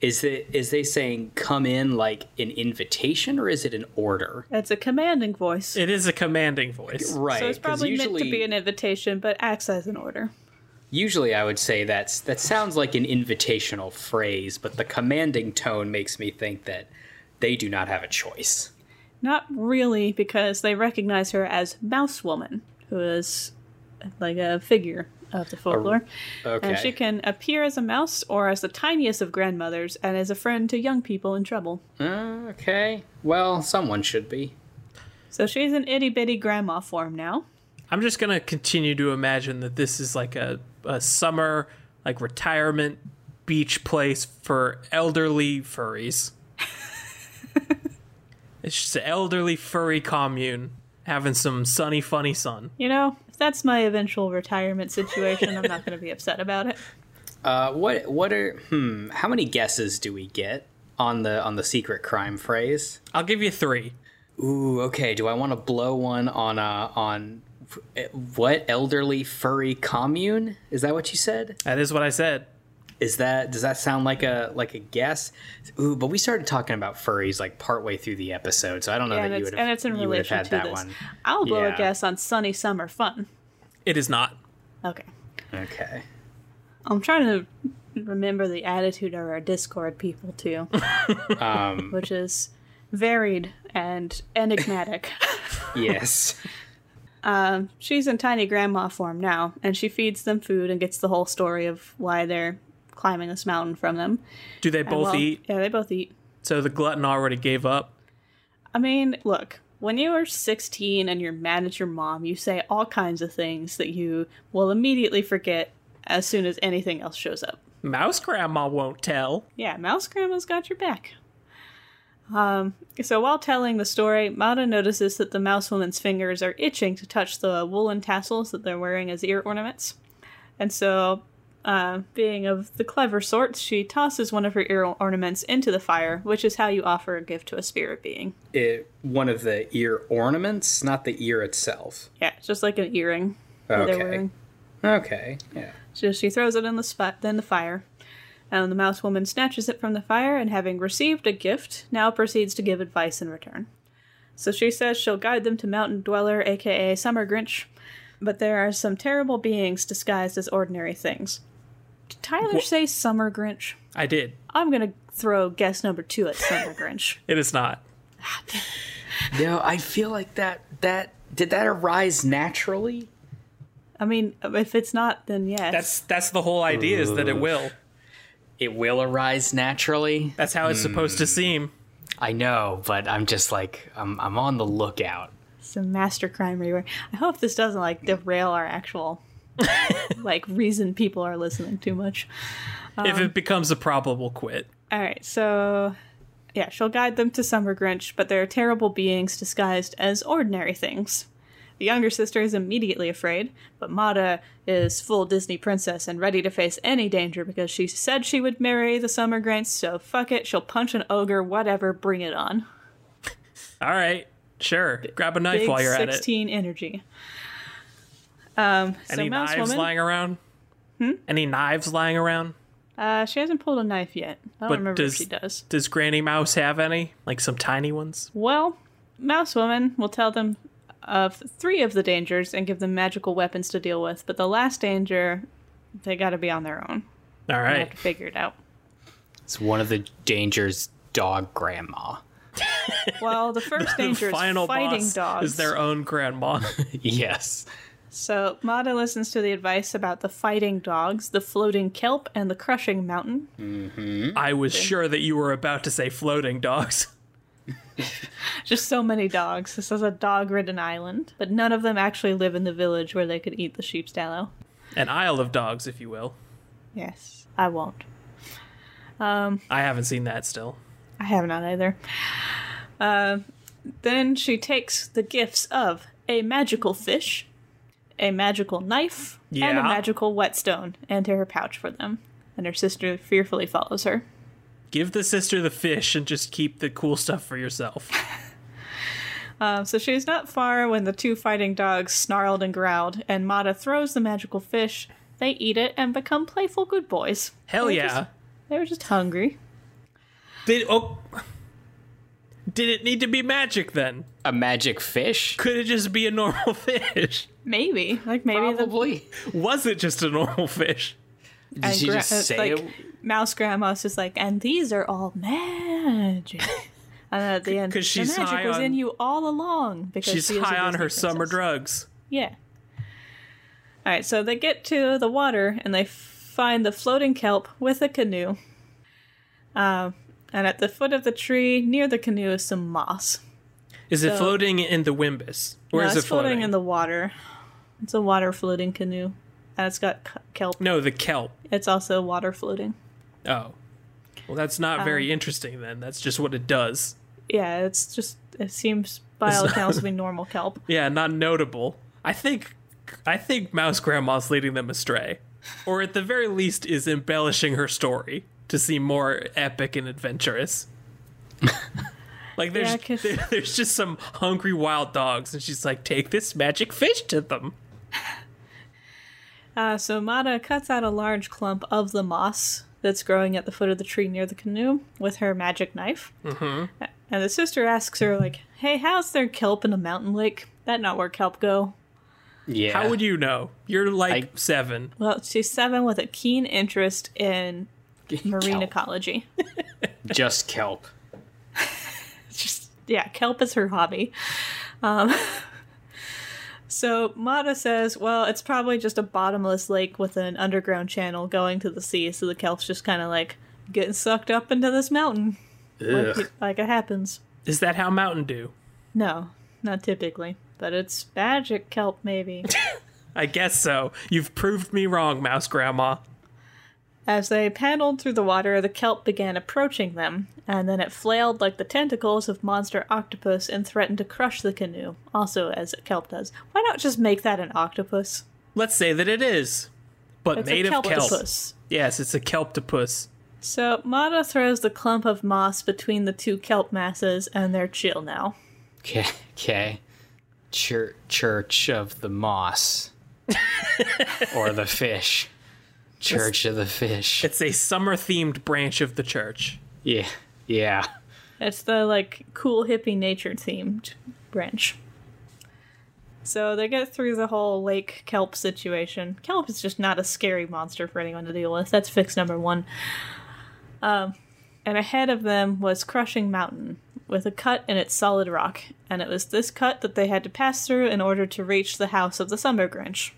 Speaker 3: Is it is they saying come in like an invitation or is it an order?
Speaker 1: It's a commanding voice.
Speaker 2: It is a commanding voice.
Speaker 3: Right.
Speaker 1: so it's
Speaker 3: 'cause
Speaker 1: probably meant to
Speaker 3: usually-
Speaker 1: be an invitation, but acts as an order.
Speaker 3: Usually, I would say that's that sounds like an invitational phrase, but the commanding tone makes me think that they do not have a choice.
Speaker 1: Not really, because they recognize her as Mouse Woman, who is like a figure of the folklore.
Speaker 3: Okay.
Speaker 1: And she can appear as a mouse or as the tiniest of grandmothers and as a friend to young people in trouble.
Speaker 3: Uh, okay. Well, someone should be.
Speaker 1: So she's an itty bitty grandma form now.
Speaker 2: I'm just gonna continue to imagine that this is like a, a summer like retirement beach place for elderly furries. it's just an elderly furry commune having some sunny funny sun.
Speaker 1: You know, if that's my eventual retirement situation, I'm not going to be upset about it.
Speaker 3: Uh, what what are hmm? How many guesses do we get on the on the secret crime phrase?
Speaker 2: I'll give you three.
Speaker 3: Ooh, okay. Do I want to blow one on uh on eh, what elderly furry commune? Is that what you said?
Speaker 2: That is what I said.
Speaker 3: Is that does that sound like a like a guess? Ooh, but we started talking about furries like partway through the episode, so I don't know
Speaker 1: and
Speaker 3: that you
Speaker 1: it's
Speaker 3: would have
Speaker 1: and it's in
Speaker 3: you would have
Speaker 1: relation
Speaker 3: had
Speaker 1: to
Speaker 3: that
Speaker 1: this.
Speaker 3: one.
Speaker 1: I'll blow
Speaker 3: Yeah.
Speaker 1: a guess on sunny summer fun.
Speaker 2: It is not.
Speaker 1: Okay,
Speaker 3: Okay.
Speaker 1: I'm trying to remember the attitude of our Discord people too,
Speaker 3: Um,
Speaker 1: which is varied and enigmatic.
Speaker 3: yes.
Speaker 1: Um, she's in tiny grandma form now, and she feeds them food and gets the whole story of why they're climbing this mountain from them.
Speaker 2: Do they
Speaker 1: And
Speaker 2: both
Speaker 1: well-
Speaker 2: eat?
Speaker 1: Yeah, they both eat.
Speaker 2: So the glutton already gave up.
Speaker 1: I mean, look, when you are 16 and you're mad at your mom, you say all kinds of things that you will immediately forget as soon as anything else shows up.
Speaker 2: Mouse grandma won't tell.
Speaker 1: Yeah, Mouse Grandma's got your back. Um, so while telling the story, Mata notices that the mouse woman's fingers are itching to touch the woolen tassels that they're wearing as ear ornaments. And so, uh, being of the clever sort, she tosses one of her ear ornaments into the fire, which is how you offer a gift to a spirit being.
Speaker 3: It one of the ear ornaments, not the ear itself.
Speaker 1: Yeah, it's just like an earring that they're
Speaker 3: Okay.
Speaker 1: wearing.
Speaker 3: Okay. Yeah.
Speaker 1: So she throws it in the spot, then the fire. And the mouse woman snatches it from the fire and, having received a gift, now proceeds to give advice in return. So she says she'll guide them to Mountain Dweller, aka Summer Grinch, but there are some terrible beings disguised as ordinary things. Did Tyler say Summer Grinch?
Speaker 2: I did.
Speaker 1: I'm gonna throw guess number two at Summer Grinch.
Speaker 2: It is not.
Speaker 3: No, I feel like that that did that arise naturally?
Speaker 1: I mean, if it's not, then yes.
Speaker 2: That's that's the whole idea is that it will.
Speaker 3: It will arise naturally.
Speaker 2: That's how it's supposed to seem.
Speaker 3: I know, but I'm just like I'm I'm on the lookout.
Speaker 1: some master crime reward. I hope this doesn't like derail our actual like reason people are listening too much.
Speaker 2: if it becomes a problem, we'll quit.
Speaker 1: All right, so yeah, she'll guide them to Summer Grinch, but they're terrible beings disguised as ordinary things. The younger sister is immediately afraid, but Mata is full Disney princess and ready to face any danger because she said she would marry the Summer Grinch, so fuck it, she'll punch an ogre, whatever, bring it on.
Speaker 2: All right, sure. Grab a knife
Speaker 1: Big
Speaker 2: while you're at it.
Speaker 1: 16 energy. Um,
Speaker 2: Any
Speaker 1: so Mouse
Speaker 2: knives
Speaker 1: Woman, Hmm?
Speaker 2: lying around? Any knives lying around?
Speaker 1: uh, she hasn't pulled a knife yet. I don't
Speaker 2: But
Speaker 1: remember
Speaker 2: does-
Speaker 1: if she does.
Speaker 2: Does Granny Mouse have any? Like some tiny ones?
Speaker 1: Well, Mouse Woman will tell them of three of the dangers and give them magical weapons to deal with, but the last danger, they gotta be on their own.
Speaker 2: All
Speaker 1: They
Speaker 2: right.
Speaker 1: have to figure it out.
Speaker 3: It's one of the dangers dog grandma.
Speaker 1: Well, the first danger is
Speaker 2: Final
Speaker 1: fighting
Speaker 2: boss
Speaker 1: dogs.
Speaker 2: is their own grandma.
Speaker 3: Yes.
Speaker 1: So Mata listens to the advice about the fighting dogs, the floating kelp, and the crushing mountain.
Speaker 2: I was sure that you were about to say floating dogs.
Speaker 1: Just so many dogs. This is a dog-ridden island, but none of them actually live in the village where they could eat the sheep's tallow.
Speaker 2: An isle of dogs, if you will.
Speaker 1: Yes, I won't.
Speaker 2: I haven't seen that still.
Speaker 1: I have not either. Uh, then she takes the gifts of a magical fish, a magical knife, and
Speaker 2: Yeah.
Speaker 1: a magical whetstone into her pouch for them. And her sister fearfully follows her.
Speaker 2: Give the sister the fish and just keep the cool stuff for yourself.
Speaker 1: Um, so she's not far when the two fighting dogs snarled and growled, and Mata throws the magical fish. They eat it and become playful good boys.
Speaker 2: Hell
Speaker 1: They were
Speaker 2: yeah.
Speaker 1: just- they were just hungry.
Speaker 2: Did oh Did it need to be magic then?
Speaker 3: A magic fish?
Speaker 2: Could it just be a normal fish?
Speaker 1: Maybe. Like, maybe the
Speaker 3: Probably.
Speaker 2: Was it just a normal fish?
Speaker 3: Did
Speaker 1: And
Speaker 3: she
Speaker 1: gra-
Speaker 3: just
Speaker 1: uh,
Speaker 3: say
Speaker 1: like,
Speaker 3: it?
Speaker 1: Mouse Grandma's just like, and these are all magic. And at the end,
Speaker 2: 'Cause she's
Speaker 1: the magic
Speaker 2: high
Speaker 1: was
Speaker 2: on-
Speaker 1: in you all along. Because
Speaker 2: She's
Speaker 1: she is a
Speaker 2: high on
Speaker 1: Disney
Speaker 2: her summer
Speaker 1: princess.
Speaker 2: drugs.
Speaker 1: Yeah. All right, so they get to the water and they find the floating kelp with a canoe. Um, and at the foot of the tree near the canoe is some moss.
Speaker 2: Is it
Speaker 1: So-
Speaker 2: floating in the Wimbus? Or
Speaker 1: No,
Speaker 2: is
Speaker 1: it's
Speaker 2: it floating?
Speaker 1: in the water. It's a water floating canoe. And it's got k- kelp.
Speaker 2: No, the kelp.
Speaker 1: It's also water floating.
Speaker 2: Oh. Well, that's
Speaker 1: Um,
Speaker 2: not very interesting then. That's just what it does.
Speaker 1: Yeah, it's just, it seems by all accounts to be normal kelp.
Speaker 2: Yeah, not notable. I think I think Mouse Grandma's leading them astray. Or at the very least is embellishing her story to seem more epic and adventurous. like there's
Speaker 1: Yeah, 'cause-
Speaker 2: there- there's just some hungry wild dogs and she's like take this magic fish to them.
Speaker 1: Uh, so Mata cuts out a large clump of the moss that's growing at the foot of the tree near the canoe with her magic knife. Mm-hmm. And the sister asks her, like, hey, how's there kelp in a mountain lake? That not where kelp go.
Speaker 3: Yeah.
Speaker 2: How would you know? You're like
Speaker 3: I-
Speaker 2: seven.
Speaker 1: Well, she's seven with a keen interest in marine
Speaker 3: Kelp.
Speaker 1: ecology.
Speaker 3: just kelp?
Speaker 1: just yeah, kelp is her hobby. Um, so Mata says, "Well, it's probably just a bottomless lake with an underground channel going to the sea, so the kelp's just kind of like getting sucked up into this mountain, like,
Speaker 3: Ugh.
Speaker 1: it- like it happens."
Speaker 2: Is that how Mountain Dew?
Speaker 1: No, not typically, but it's magic kelp, maybe.
Speaker 2: I guess so. You've proved me wrong, Mouse Grandma.
Speaker 1: As they paddled through the water, the kelp began approaching them, and then it flailed like the tentacles of monster octopus and threatened to crush the canoe, also as a kelp does. Why not just make that an octopus?
Speaker 2: Let's say that it is, but
Speaker 1: It's
Speaker 2: made
Speaker 1: a
Speaker 2: of kelp.
Speaker 1: kelptopus.
Speaker 2: Yes, it's a kelptopus.
Speaker 1: So Mata throws the clump of moss between the two kelp masses, and they're chill now.
Speaker 3: Okay. Okay. Chur- Church of the moss, or the fish. Church of the fish.
Speaker 2: It's a summer-themed branch of the church.
Speaker 3: Yeah. Yeah.
Speaker 1: It's the like cool hippie nature themed branch. So they get through the whole lake kelp situation. Kelp is just not a scary monster for anyone to deal with. That's fix number one. Um, and ahead of them was Crushing Mountain with a cut in its solid rock, and it was this cut that they had to pass through in order to reach the house of the Summer Grinch.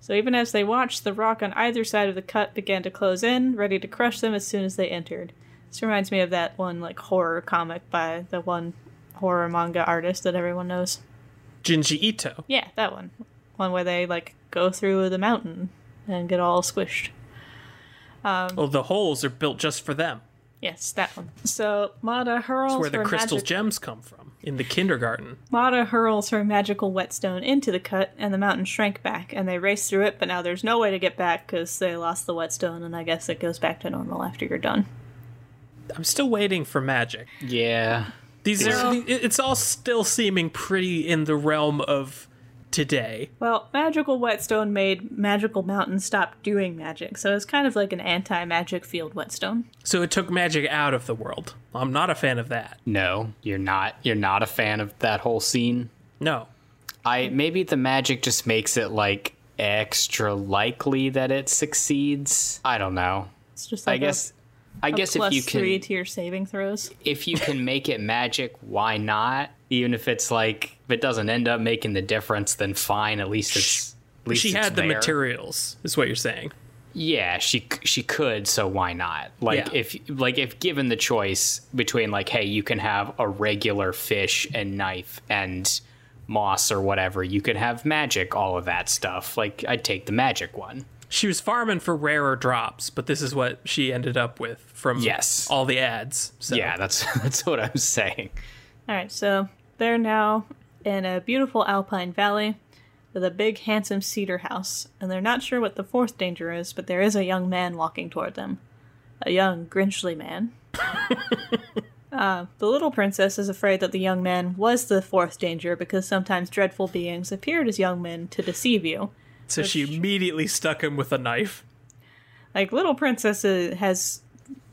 Speaker 1: So even as they watched, the rock on either side of the cut began to close in, ready to crush them as soon as they entered. This reminds me of that one like horror comic by the one horror manga artist that everyone knows.
Speaker 2: Jinji Ito.
Speaker 1: Yeah, that one. One where they like go through the mountain and get all squished.
Speaker 2: Well, the holes are built just for them.
Speaker 1: Yes, that one. So Mata hurls
Speaker 2: It's where the
Speaker 1: her
Speaker 2: crystal
Speaker 1: magic-
Speaker 2: gems come from in the kindergarten.
Speaker 1: Mata hurls her magical whetstone into the cut, and the mountain shrank back, and they raced through it, but now there's no way to get back because they lost the whetstone, and I guess it goes back to normal after you're done.
Speaker 2: I'm still waiting for magic.
Speaker 3: Yeah.
Speaker 2: These are it- it's all still seeming pretty in the realm of today.
Speaker 1: Well, magical whetstone made magical mountain stop doing magic, so it's kind of like an anti-magic field whetstone.
Speaker 2: So it took magic out of the world. I'm not a fan of that.
Speaker 3: No, you're not. You're not a fan of that whole scene.
Speaker 2: No.
Speaker 3: I maybe the magic just makes it like extra likely that it succeeds. I don't know.
Speaker 1: It's just
Speaker 3: I
Speaker 1: like
Speaker 3: guess I
Speaker 1: a,
Speaker 3: guess
Speaker 1: a
Speaker 3: if
Speaker 1: plus
Speaker 3: you can
Speaker 1: three to your saving throws.
Speaker 3: if you can make it magic, why not? Even if it's like if it doesn't end up making the difference, then fine. At least it's at least
Speaker 2: She
Speaker 3: it's
Speaker 2: had the
Speaker 3: there.
Speaker 2: materials, is what you're saying.
Speaker 3: Yeah, she c- she could. So why not? Like
Speaker 2: Yeah.
Speaker 3: if like if given the choice between like, hey, you can have a regular fish and knife and moss or whatever, you could have magic, all of that stuff. Like I'd take the magic one.
Speaker 2: She was farming for rarer drops, but this is what she ended up with from
Speaker 3: Yes.
Speaker 2: all the ads. So
Speaker 3: Yeah, that's that's what I'm saying.
Speaker 1: All right, so they're now in a beautiful alpine valley with a big, handsome cedar house, and they're not sure what the fourth danger is, but there is a young man walking toward them. A young, grinchly man. uh, the little princess is afraid that the young man was the fourth danger because sometimes dreadful beings appeared as young men to deceive you.
Speaker 2: So she immediately stuck him with a knife.
Speaker 1: Like, little princess uh, has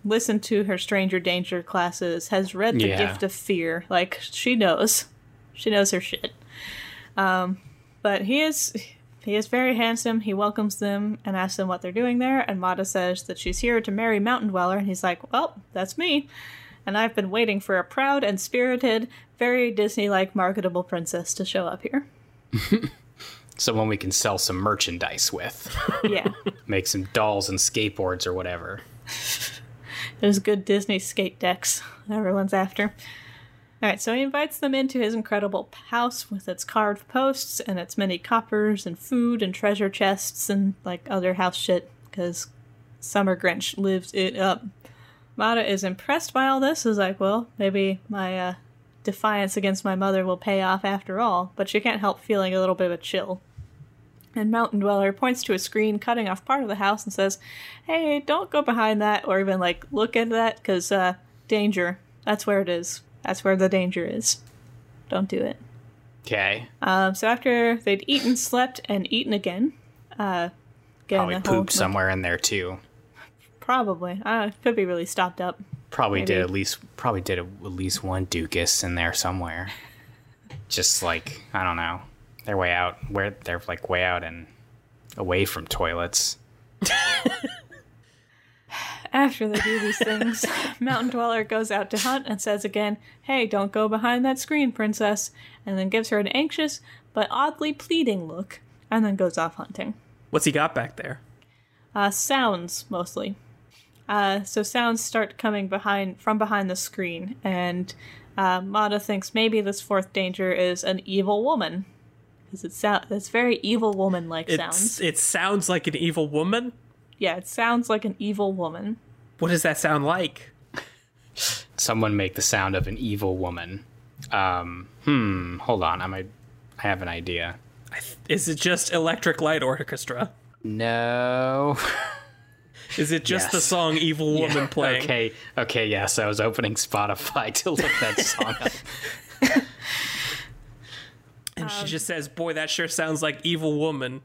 Speaker 1: listened to her stranger danger classes, has read the
Speaker 3: Yeah.
Speaker 1: gift of fear. Like, she knows. She knows her shit. Um, but he is he is very handsome. He welcomes them and asks them what they're doing there. And Mata says that she's here to marry Mountain Dweller, and he's like, "Well, that's me." And I've been waiting for a proud and spirited, very Disney-like marketable princess to show up here.
Speaker 3: Someone we can sell some merchandise with.
Speaker 1: Yeah,
Speaker 3: Make some dolls and skateboards or whatever.
Speaker 1: Those good Disney skate decks everyone's after. All right, so he invites them into his incredible house with its carved posts and its many coppers and food and treasure chests and like other house shit because Summer Grinch lives it up. Mata is impressed by all this. Is like, well, maybe my uh, defiance against my mother will pay off after all. But she can't help feeling a little bit of a chill. And Mountain Dweller points to a screen cutting off part of the house and says, hey, don't go behind that or even like look at that because uh, danger. That's where it is. That's where the danger is. Don't do it.
Speaker 3: Okay.
Speaker 1: Um, so after they'd eaten, slept, and eaten again, uh, again
Speaker 3: Probably
Speaker 1: the
Speaker 3: pooped
Speaker 1: whole,
Speaker 3: somewhere in there too.
Speaker 1: Probably. I could be really stopped up.
Speaker 3: Probably did
Speaker 1: Maybe.
Speaker 3: at least probably did at least one Dukas in there somewhere. Just like I don't know, they're way out where they're like way out and away from toilets.
Speaker 1: After they do these things, Mountain Dweller goes out to hunt and says again, Hey, don't go behind that screen, princess, and then gives her an anxious but oddly pleading look, and then goes off hunting.
Speaker 2: What's he got back there?
Speaker 1: Uh, sounds mostly. Uh, so sounds start coming behind from behind the screen, and uh, Mata thinks maybe this fourth danger is an evil woman, because it sounds it's very evil woman like
Speaker 2: It's,
Speaker 1: sounds.
Speaker 2: it sounds like an evil woman.
Speaker 1: Yeah, it sounds like an evil woman.
Speaker 2: What does that sound like?
Speaker 3: Someone make the sound of an evil woman. Um, hmm. Hold on, I might. I have an idea.
Speaker 2: Is it just Electric Light Orchestra?
Speaker 3: No.
Speaker 2: Is it just the
Speaker 3: Yes.
Speaker 2: song Evil Woman playing?
Speaker 3: Okay. Okay. Yes, I was opening Spotify to look that song up.
Speaker 2: And she just says, Boy, that sure sounds like Evil Woman.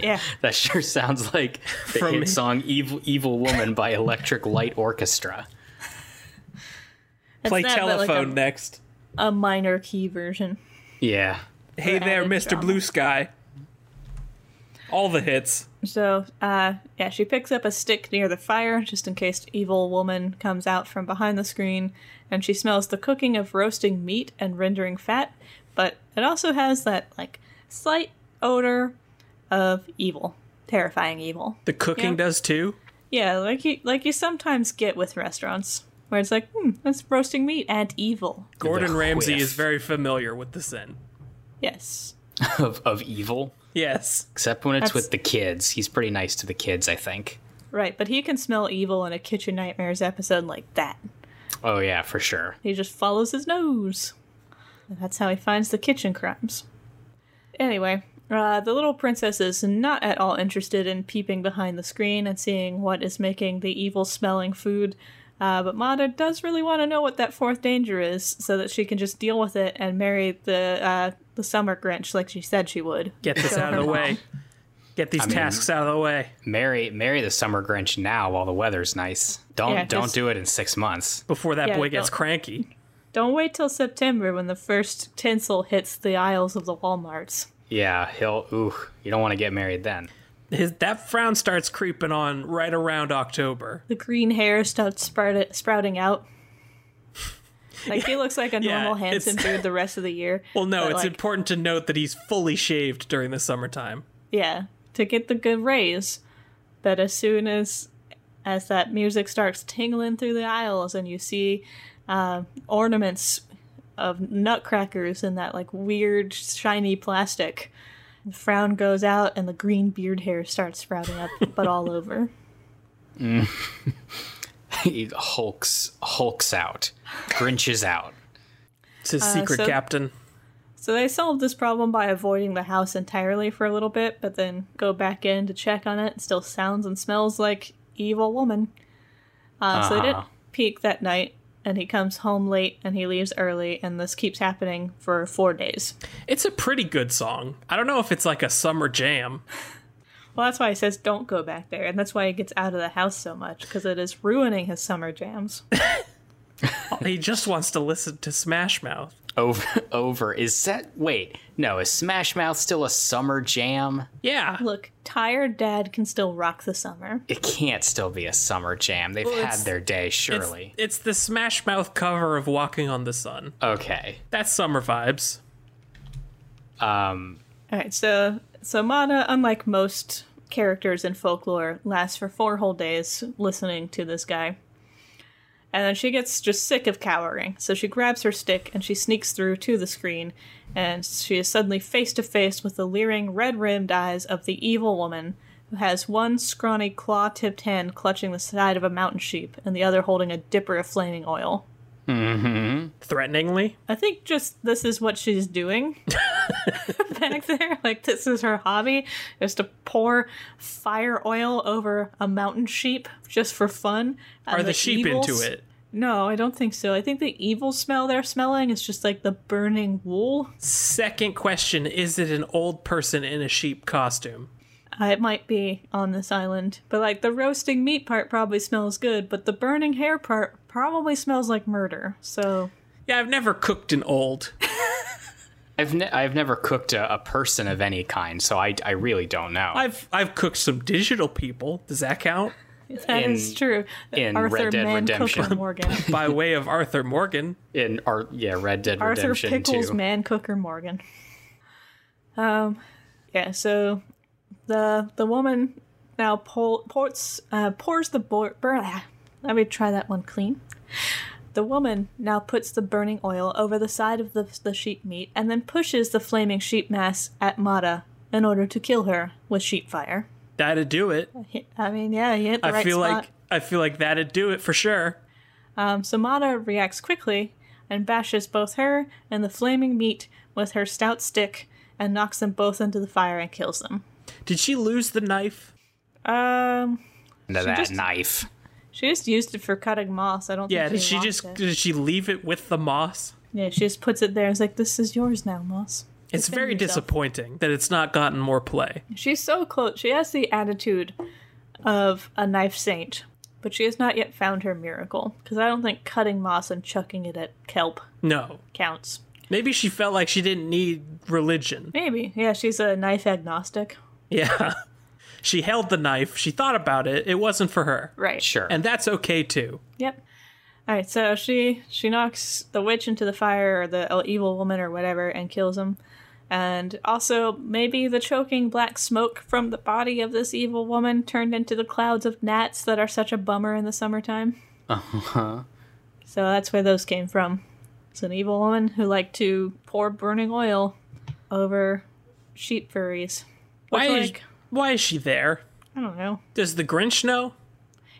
Speaker 1: Yeah,
Speaker 3: That sure sounds like the
Speaker 2: From
Speaker 3: hit
Speaker 2: me.
Speaker 3: song "Evil Evil Woman" by Electric Light Orchestra.
Speaker 1: It's
Speaker 2: Play
Speaker 1: that, but like
Speaker 2: telephone
Speaker 1: a-
Speaker 2: next.
Speaker 1: a minor key version.
Speaker 3: Yeah.
Speaker 2: Hey there,
Speaker 1: added
Speaker 2: Mr.
Speaker 1: drama.
Speaker 2: Blue Sky. All the hits.
Speaker 1: So, uh, yeah, she picks up a stick near the fire just in case evil woman comes out from behind the screen, and she smells the cooking of roasting meat and rendering fat, but it also has that like slight odor of evil, terrifying evil.
Speaker 2: The cooking
Speaker 1: Yeah.
Speaker 2: does too.
Speaker 1: Yeah, like you like you sometimes get with restaurants where it's like, hmm, that's roasting meat and evil.
Speaker 2: Gordon
Speaker 3: The
Speaker 2: Ramsay
Speaker 3: whiff.
Speaker 2: is very familiar with the scent.
Speaker 1: Yes.
Speaker 3: Of of evil,
Speaker 2: Yes.
Speaker 3: except when it's
Speaker 1: That's-
Speaker 3: with the kids. He's pretty nice to the kids, I think.
Speaker 1: Right, but he can smell evil in a Kitchen Nightmares episode like that.
Speaker 3: Oh yeah, for sure.
Speaker 1: He just follows his nose. And that's how he finds the kitchen crimes. Anyway, uh, the little princess is not at all interested in peeping behind the screen and seeing what is making the evil smelling food. Uh, but Mata does really want to know what that fourth danger is, so that she can just deal with it and marry the uh, the summer Grinch like she said she would.
Speaker 2: Get this
Speaker 1: So
Speaker 2: out of
Speaker 1: her
Speaker 2: the
Speaker 1: mom-
Speaker 2: way. Get these
Speaker 3: mean-
Speaker 2: tasks out of the way
Speaker 3: Marry marry the summer Grinch now while the weather's nice. Don't
Speaker 1: Yeah,
Speaker 3: don't
Speaker 1: just-
Speaker 3: do it in six months.
Speaker 2: before that
Speaker 1: Yeah,
Speaker 2: boy gets
Speaker 1: don't-
Speaker 2: cranky.
Speaker 1: Don't wait till September when the first tinsel hits the aisles of the WalMarts.
Speaker 3: Yeah, he'll. Ooh, you don't want to get married then.
Speaker 2: His, that frown starts creeping on right around October.
Speaker 1: the green hair starts sprouted, sprouting out. Like he looks like a
Speaker 2: Yeah,
Speaker 1: normal
Speaker 2: it's-
Speaker 1: handsome dude the rest of the year.
Speaker 2: Well, no,
Speaker 1: but,
Speaker 2: it's
Speaker 1: like,
Speaker 2: important to note that he's fully shaved during the summertime.
Speaker 1: yeah to get the good rays. But as soon as as that music starts tingling through the aisles and you see uh, ornaments of nutcrackers in that like weird shiny plastic, the frown goes out and the green beard hair starts sprouting up, but all over.
Speaker 3: He hulks hulks out, Grinches out.
Speaker 2: It's his secret
Speaker 1: Uh, so-
Speaker 2: captain.
Speaker 1: So they solved this problem by avoiding the house entirely for a little bit, but then go back in to check on it. It still sounds and smells like evil woman. Uh, So they didn't
Speaker 3: Uh-huh.
Speaker 1: peek that night, and he comes home late and he leaves early, and this keeps happening for four days.
Speaker 2: It's a pretty good song. I don't know if it's like a summer jam.
Speaker 1: Well, that's why he says don't go back there, and that's why he gets out of the house so much because it is ruining his summer jams.
Speaker 2: he just wants to listen to Smash Mouth.
Speaker 3: Over over is that? Wait, no. Is Smash Mouth still a summer jam?
Speaker 2: Yeah.
Speaker 1: Look, tired dad can still rock the summer.
Speaker 3: It can't still be a summer jam. They've
Speaker 2: it's-
Speaker 3: had their day,
Speaker 2: It's,
Speaker 3: surely.
Speaker 2: it's the Smash Mouth cover of Walking on the Sun.
Speaker 3: Okay.
Speaker 2: That's summer vibes.
Speaker 3: Um,
Speaker 1: All right, so so Mana, unlike most characters in folklore, lasts for four whole days listening to this guy, and then she gets just sick of cowering. So she grabs her stick and she sneaks through to the screen, and she is suddenly face to face with the leering, red-rimmed eyes of the evil woman, who has one scrawny, claw-tipped hand clutching the side of a mountain sheep, and the other holding a dipper of flaming oil.
Speaker 2: Threateningly.
Speaker 1: I think just this is what she's doing back there. Like this is her hobby is to pour fire oil over a mountain sheep just for fun. And
Speaker 2: Are the, sheep
Speaker 1: evils-
Speaker 2: into it?
Speaker 1: No, I don't think so. I think the evil smell they're smelling is just like the burning wool.
Speaker 2: Second question Is it an old person in a sheep costume?
Speaker 1: Uh, it might be on this island, but like the roasting meat part probably smells good, but the burning hair part probably smells like murder. So
Speaker 2: Yeah, I've never cooked an old.
Speaker 3: I've ne- I've never cooked a, a person of any kind, so I, I really don't know.
Speaker 2: I've I've cooked some digital people. Does that count?
Speaker 1: that is
Speaker 3: In-
Speaker 1: true.
Speaker 3: in Red Dead
Speaker 1: Mancoco
Speaker 3: Redemption.
Speaker 1: Morgan.
Speaker 2: By way of Arthur Morgan.
Speaker 3: in our yeah Red Dead
Speaker 1: Arthur
Speaker 3: Redemption
Speaker 1: Pickles
Speaker 3: too.
Speaker 1: Man Cooker Morgan. Um, yeah. So the the woman now pour, pours uh, pours the bur- bur- ah, Let me try that one clean. The woman now puts the burning oil over the side of the, the sheep meat and then pushes the flaming sheep mass at Mata in order to kill her with sheep fire.
Speaker 2: That'd do it.
Speaker 1: I mean, yeah, you hit the
Speaker 2: I
Speaker 1: right
Speaker 2: feel
Speaker 1: spot.
Speaker 2: like I feel like that'd do it for sure.
Speaker 1: Um, so Mata reacts quickly and bashes both her and the flaming meat with her stout stick and knocks them both into the fire and kills them.
Speaker 2: Did she lose the knife?
Speaker 1: Um,
Speaker 3: Into that
Speaker 1: just-
Speaker 3: knife.
Speaker 1: she just used it for cutting moss. I don't
Speaker 2: Yeah,
Speaker 1: think
Speaker 2: did
Speaker 1: she,
Speaker 2: she
Speaker 1: lost
Speaker 2: just
Speaker 1: it.
Speaker 2: did she leave it with the moss?
Speaker 1: Yeah, she just puts it there. It's like, this is yours now, moss.
Speaker 2: It's
Speaker 1: Defend
Speaker 2: very
Speaker 1: yourself.
Speaker 2: disappointing that it's not gotten more play.
Speaker 1: She's so close. She has the attitude of a knife saint, but she has not yet found her miracle. Because I don't think cutting moss and chucking it at kelp
Speaker 2: No.
Speaker 1: counts.
Speaker 2: Maybe she felt like she didn't need religion.
Speaker 1: Maybe. Yeah, she's a knife agnostic.
Speaker 2: Yeah. She held the knife, she thought about it, it wasn't for her.
Speaker 1: Right.
Speaker 3: Sure.
Speaker 2: And that's okay too.
Speaker 1: Yep. All right, so she she knocks the witch into the fire or the evil woman or whatever and kills him. And also maybe the choking black smoke from the body of this evil woman turned into the clouds of gnats that are such a bummer in the summertime. So that's where those came from. It's an evil woman who liked to pour burning oil over sheep furries. Which,
Speaker 2: Why is,
Speaker 1: like,
Speaker 2: why is she there?
Speaker 1: I don't know.
Speaker 2: Does the Grinch know?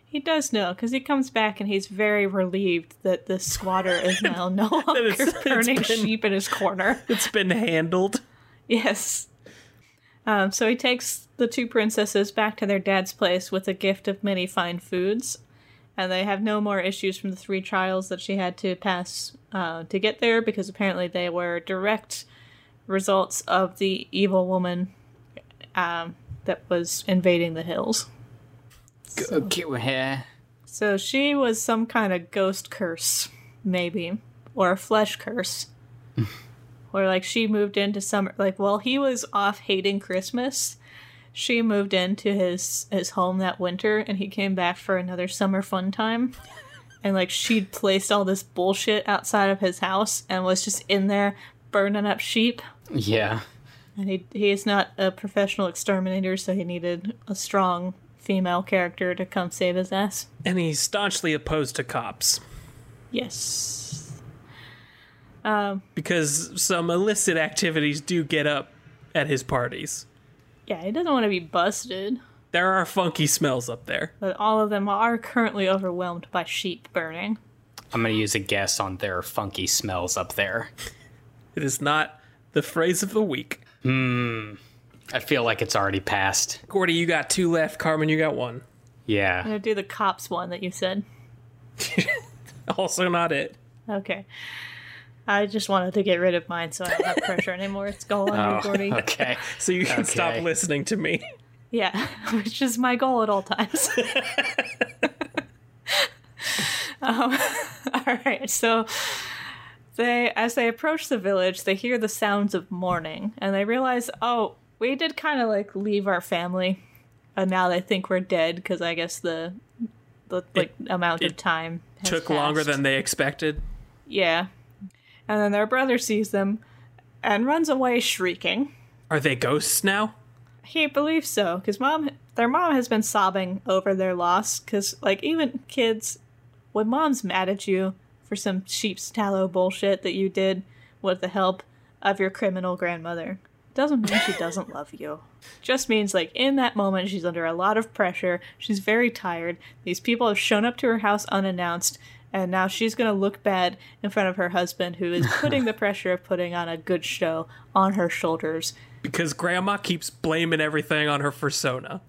Speaker 1: He does know because he comes back and he's very relieved that this squatter is now no longer
Speaker 2: it's- it's
Speaker 1: burning
Speaker 2: been-
Speaker 1: sheep in his corner.
Speaker 2: It's been handled.
Speaker 1: yes. Um, so he takes the two princesses back to their dad's place with a gift of many fine foods, and they have no more issues from the three trials that she had to pass uh, to get there because apparently they were direct results of the evil woman um, that was invading the hills.
Speaker 3: Go get here.
Speaker 1: So she was some kind of ghost curse, maybe, or a flesh curse. or like she moved into summer like while he was off hating Christmas, she moved into his his home that winter and he came back for another summer fun time. and like she'd placed all this bullshit outside of his house and was just in there burning up sheep.
Speaker 3: Yeah.
Speaker 1: And he he is not a professional exterminator, so he needed a strong female character to come save his ass.
Speaker 2: And he's staunchly opposed to cops
Speaker 1: Yes.
Speaker 2: because some illicit activities do get up at his parties.
Speaker 1: Yeah, he doesn't want to be busted,
Speaker 2: There are funky smells up there.
Speaker 1: but all of them are currently overwhelmed by sheep burning.
Speaker 3: I'm gonna use a guess on their funky smells up there.
Speaker 2: It is not the phrase of the week.
Speaker 3: I feel like it's already passed.
Speaker 2: Gordy, you got two left. Carmen, you got one.
Speaker 1: I'm
Speaker 3: Yeah.
Speaker 1: gonna do the cops one that you said.
Speaker 2: Also, not it.
Speaker 1: Okay. I just wanted to get rid of mine so I don't have pressure anymore. It's all on you, Gordy.
Speaker 3: Okay.
Speaker 2: So you can stop
Speaker 3: Okay.
Speaker 2: listening to me.
Speaker 1: Yeah, which is my goal at all times. um, all right, so they, as they approach the village, they hear the sounds of mourning, and they realize, oh, we did kind of like leave our family, and now they think we're dead because I guess the the like amount of
Speaker 2: it
Speaker 1: time has
Speaker 2: Took longer
Speaker 1: passed.
Speaker 2: than they expected.
Speaker 1: yeah, and then their brother sees them and runs away shrieking.
Speaker 2: Are they ghosts now?
Speaker 1: He believes so because mom, their mom has been sobbing over their loss. Because like even kids, when mom's mad at you for some sheep's tallow bullshit that you did with the help of your criminal grandmother, doesn't mean she doesn't love you. Just means like in that moment she's under a lot of pressure. She's very tired. These people have shown up to her house unannounced. And now she's gonna look bad in front of her husband, who is putting the pressure of putting on a good show on her shoulders.
Speaker 2: Because grandma keeps blaming everything on her persona.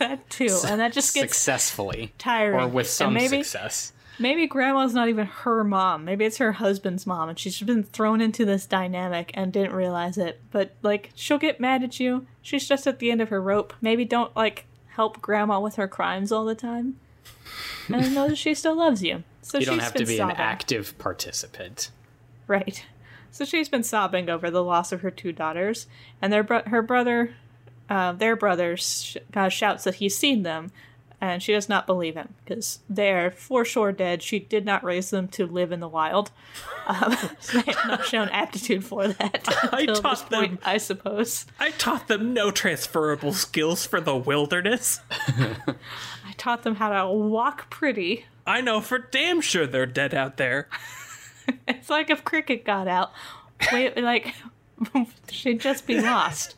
Speaker 1: That too, and that just gets
Speaker 3: Successfully.
Speaker 1: tiring.
Speaker 3: Or with
Speaker 1: And
Speaker 3: some
Speaker 1: maybe,
Speaker 3: success.
Speaker 1: Maybe grandma's not even her mom. Maybe it's her husband's mom, and she's just been thrown into this dynamic and didn't realize it. But, like, she'll get mad at you. She's just at the end of her rope. Maybe don't, like, help grandma with her crimes all the time. And know that she still loves you. So
Speaker 3: You
Speaker 1: she's
Speaker 3: don't have
Speaker 1: been
Speaker 3: to be
Speaker 1: sobbing.
Speaker 3: an active participant.
Speaker 1: Right. So she's been sobbing over the loss of her two daughters, and their bro- her brother, uh, their brother, sh- uh, shouts that he's seen them, and she does not believe him because they're for sure dead. She did not raise them to live in the wild. Um, they have not shown aptitude for that.
Speaker 2: I
Speaker 1: until this
Speaker 2: taught them.
Speaker 1: point, I suppose.
Speaker 2: I taught them no transferable skills for the wilderness.
Speaker 1: I taught them how to walk pretty.
Speaker 2: I know for damn sure they're dead out there.
Speaker 1: It's like if cricket got out, wait, like she'd just be lost.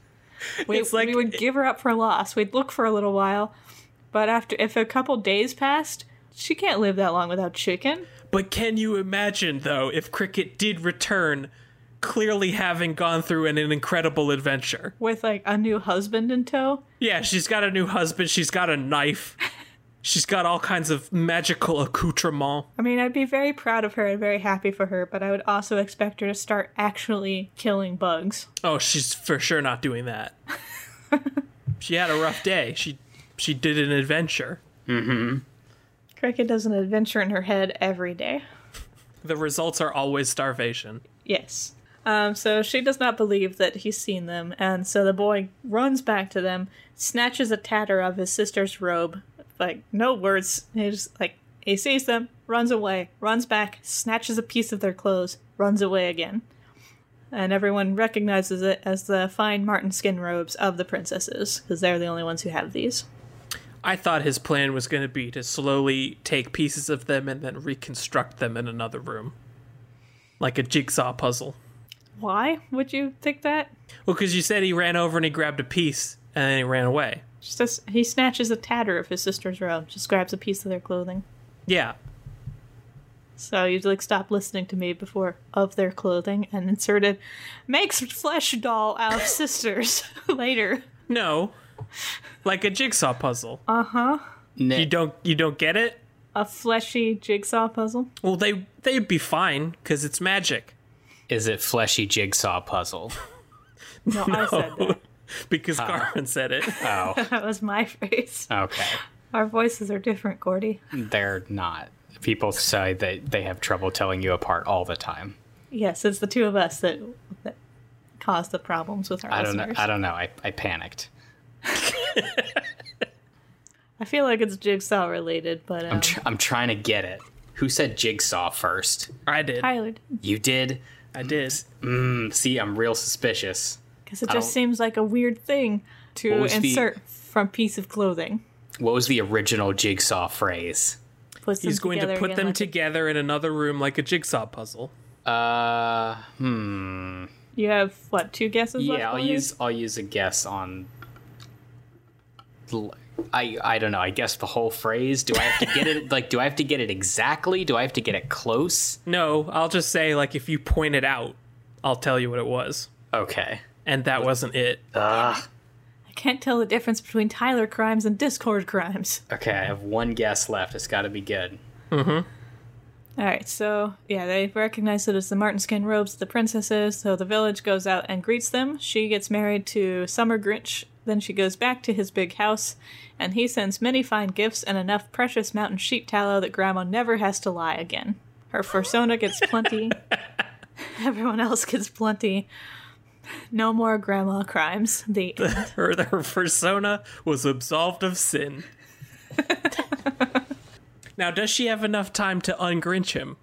Speaker 1: We,
Speaker 2: It's like-
Speaker 1: we would give her up for lost. We'd look for a little while, but after if a couple days passed, she can't live that long without chicken.
Speaker 2: But can you imagine, though, if Cricket did return, clearly having gone through an, an incredible adventure?
Speaker 1: With like a new husband in tow,
Speaker 2: Yeah, she's got a new husband, she's got a knife, she's got all kinds of magical accoutrement.
Speaker 1: I mean, I'd be very proud of her and very happy for her. But I would also expect her to start actually killing bugs.
Speaker 2: Oh, she's for sure not doing that. she had a rough day. She she did an adventure.
Speaker 1: Cricket does an adventure in her head every day.
Speaker 2: The results are always starvation.
Speaker 1: Yes. Um, so she does not believe that he's seen them, and so the boy runs back to them, snatches a tatter of his sister's robe, like no words. He's like he sees them, runs away, runs back, snatches a piece of their clothes, runs away again, and everyone recognizes it as the fine marten skin robes of the princesses because they're the only ones who have these.
Speaker 2: I thought his plan was going to be to slowly take pieces of them and then reconstruct them in another room. Like a jigsaw puzzle.
Speaker 1: Why would you think that?
Speaker 2: Well, because you said he ran over and he grabbed a piece and then he ran away.
Speaker 1: Just as he snatches a tatter of his sister's robe, just grabs a piece of their clothing.
Speaker 2: Yeah.
Speaker 1: So you'd like stop listening to me before of their clothing and inserted makes flesh doll out of sisters later.
Speaker 2: No. Like a jigsaw puzzle.
Speaker 1: Uh-huh.
Speaker 3: Nick,
Speaker 2: you don't you don't get it?
Speaker 1: A fleshy jigsaw puzzle.
Speaker 2: Well, they they'd be fine cuz it's magic.
Speaker 3: is it fleshy jigsaw puzzle?
Speaker 1: No, I said that.
Speaker 2: because Carmen said it.
Speaker 3: Oh,
Speaker 1: That was my phrase.
Speaker 3: okay.
Speaker 1: Our voices are different, Gordy.
Speaker 3: They're not. People say that they have trouble telling you apart all the time.
Speaker 1: Yes, it's the two of us that, that caused the problems with our
Speaker 3: I don't know.
Speaker 1: listeners.
Speaker 3: I don't know. I, I panicked.
Speaker 1: I feel like it's jigsaw related, but um,
Speaker 3: I'm, tr- I'm trying to get it. Who said jigsaw first?
Speaker 2: I did.
Speaker 1: Tyler,
Speaker 3: You did.
Speaker 2: I did.
Speaker 3: See, I'm real suspicious.
Speaker 1: because it
Speaker 3: I
Speaker 1: just
Speaker 3: don't-
Speaker 1: seems like a weird thing to
Speaker 3: was the-
Speaker 1: insert from piece of clothing.
Speaker 3: What was the original jigsaw phrase?
Speaker 1: Puts
Speaker 2: He's
Speaker 1: them
Speaker 2: going to
Speaker 1: together
Speaker 2: put
Speaker 1: again
Speaker 2: them
Speaker 1: like a-
Speaker 2: together in another room like a jigsaw puzzle.
Speaker 3: Uh, hmm.
Speaker 1: You have what? Two guesses left.
Speaker 3: Yeah, I'll
Speaker 1: Gordy?
Speaker 3: use I'll use a guess on. l- I I don't know. I guess the whole phrase. Do I have to get it? Like, do I have to get it exactly? Do I have to get it close?
Speaker 2: No, I'll just say like if you point it out, I'll tell you what it was.
Speaker 3: Okay.
Speaker 2: And that wasn't it.
Speaker 1: Can't tell the difference between Tyler crimes and Discord crimes.
Speaker 3: Okay, I have one guess left. It's got to be good.
Speaker 1: All right, so yeah, they recognize it as the Martin skin robes, of the princesses. So the village goes out and greets them. She gets married to Summer Grinch. Then she goes back to his big house, and he sends many fine gifts and enough precious mountain sheep tallow that Grandma never has to lie again. Her fursona gets plenty. Everyone else gets plenty. No more grandma crimes. The
Speaker 2: Her, her persona was absolved of sin. now, does she have enough time to ungrinch him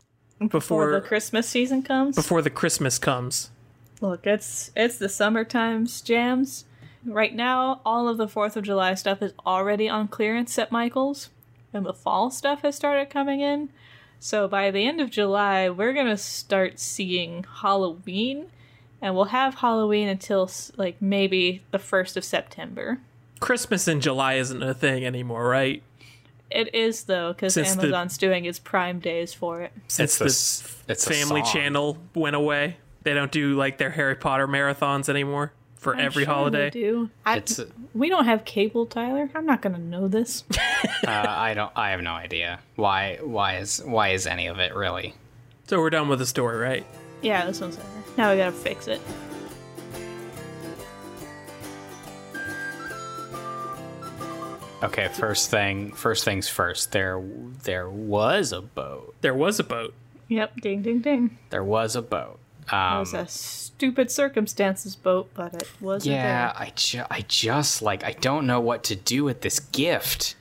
Speaker 1: before the
Speaker 2: before
Speaker 1: Christmas season comes.
Speaker 2: before the Christmas comes?
Speaker 1: Look, it's it's the summertime's jams. Right now, all of the 4th of July stuff is already on clearance at Michael's, and the fall stuff has started coming in. So by the end of July, we're going to start seeing Halloween, and we'll have Halloween until s- like maybe the 1st of September.
Speaker 2: Christmas in July isn't a thing anymore, right?
Speaker 1: It is though cuz
Speaker 2: Since the-
Speaker 1: Amazon's doing its prime days for it.
Speaker 2: Since
Speaker 3: the s-
Speaker 2: the
Speaker 3: it's a
Speaker 2: Family
Speaker 3: song.
Speaker 2: Channel went away, they don't do like their Harry Potter marathons anymore. for
Speaker 1: I'm
Speaker 2: every
Speaker 1: sure
Speaker 2: holiday.
Speaker 1: We, do. I,
Speaker 3: It's uh,
Speaker 1: we don't have cable, Tyler. I'm not going to know this.
Speaker 3: I don't I have no idea why why is why is any of it really.
Speaker 2: So we're done with the story, right?
Speaker 1: yeah, this one's over. Now we got to fix it.
Speaker 3: Okay, first thing first things first. There there was a boat.
Speaker 2: There was a boat.
Speaker 1: Yep, ding, ding, ding.
Speaker 3: There was a boat.
Speaker 1: It
Speaker 3: Um,
Speaker 1: was a stupid circumstances boat, but it was
Speaker 3: yeah,
Speaker 1: there.
Speaker 3: I ju- I just like I don't know what to do with this gift.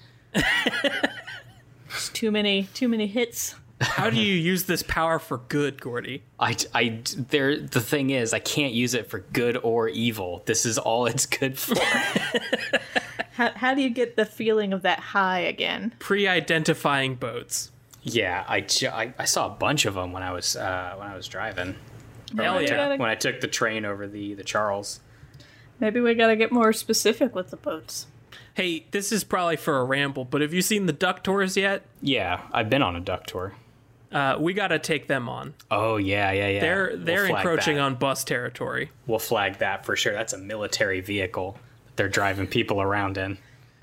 Speaker 1: It's too many, too many hits.
Speaker 2: How do you use this power for good, Gordy?
Speaker 3: I, I there the thing is I can't use it for good or evil. This is all it's good for.
Speaker 1: How, how do you get the feeling of that high again?
Speaker 2: Pre-identifying boats.
Speaker 3: yeah, I, ju- I I saw a bunch of them when I was uh, when I was driving. Or
Speaker 2: Hell
Speaker 3: when, I
Speaker 2: yeah.
Speaker 3: took, Oh, when I took the train over the the Charles.
Speaker 1: Maybe we got to get more specific with the boats.
Speaker 2: Hey, this is probably for a ramble, but have you seen the duck tours yet?
Speaker 3: Yeah, I've been on a duck tour.
Speaker 2: Uh, we got to take them on.
Speaker 3: Oh yeah, yeah, yeah.
Speaker 2: They're
Speaker 3: We'll
Speaker 2: they're
Speaker 3: flag
Speaker 2: encroaching
Speaker 3: that.
Speaker 2: on bus territory.
Speaker 3: We'll flag that for sure. That's a military vehicle. They're driving people around in.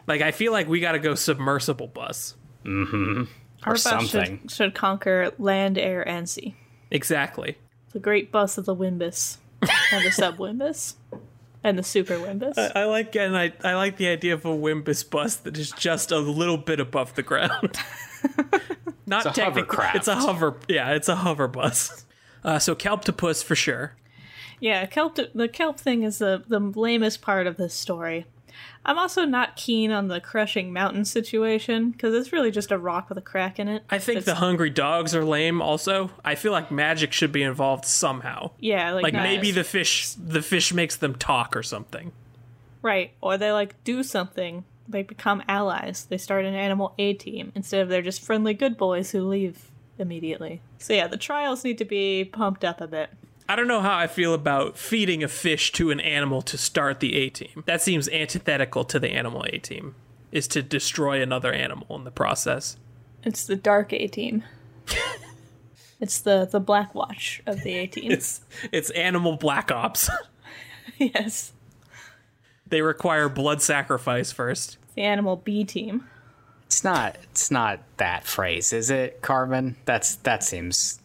Speaker 2: Like I feel like we got to go submersible bus.
Speaker 1: Our bus
Speaker 3: something.
Speaker 1: Should, should conquer land, air, and sea.
Speaker 2: Exactly.
Speaker 1: The great bus of the Wimbus, and the sub Wimbus, and the super Wimbus.
Speaker 3: Uh,
Speaker 2: I like and I, I like the idea of a Wimbus bus that is just a little bit above the ground. Not
Speaker 3: It's a
Speaker 2: technically,
Speaker 3: hovercraft.
Speaker 2: it's a hover. Yeah, it's a hover bus. Uh, so Calptopus for sure.
Speaker 1: Yeah, kelp. The kelp thing is the the lamest part of this story. I'm also not keen on the crushing mountain situation because it's really just a rock with a crack in it.
Speaker 2: I think
Speaker 1: It's-
Speaker 2: the hungry dogs are lame. Also, I feel like magic should be involved somehow.
Speaker 1: yeah, like,
Speaker 2: Like
Speaker 1: not-
Speaker 2: maybe the fish the fish makes them talk or something.
Speaker 1: right, or they like do something. They become allies. They start an animal A team instead of they're just friendly good boys who leave immediately. So yeah, the trials need to be pumped up a bit.
Speaker 2: I don't know how I feel about feeding a fish to an animal to start the A team. That seems antithetical to the animal A team. Is to destroy another animal in the process.
Speaker 1: It's the dark A team. it's the the Black Watch of the A team.
Speaker 2: It's it's animal black ops.
Speaker 1: yes,
Speaker 2: they require blood sacrifice first.
Speaker 1: the animal B team.
Speaker 3: It's not. It's not that phrase, is it, Carmen? That's that seems.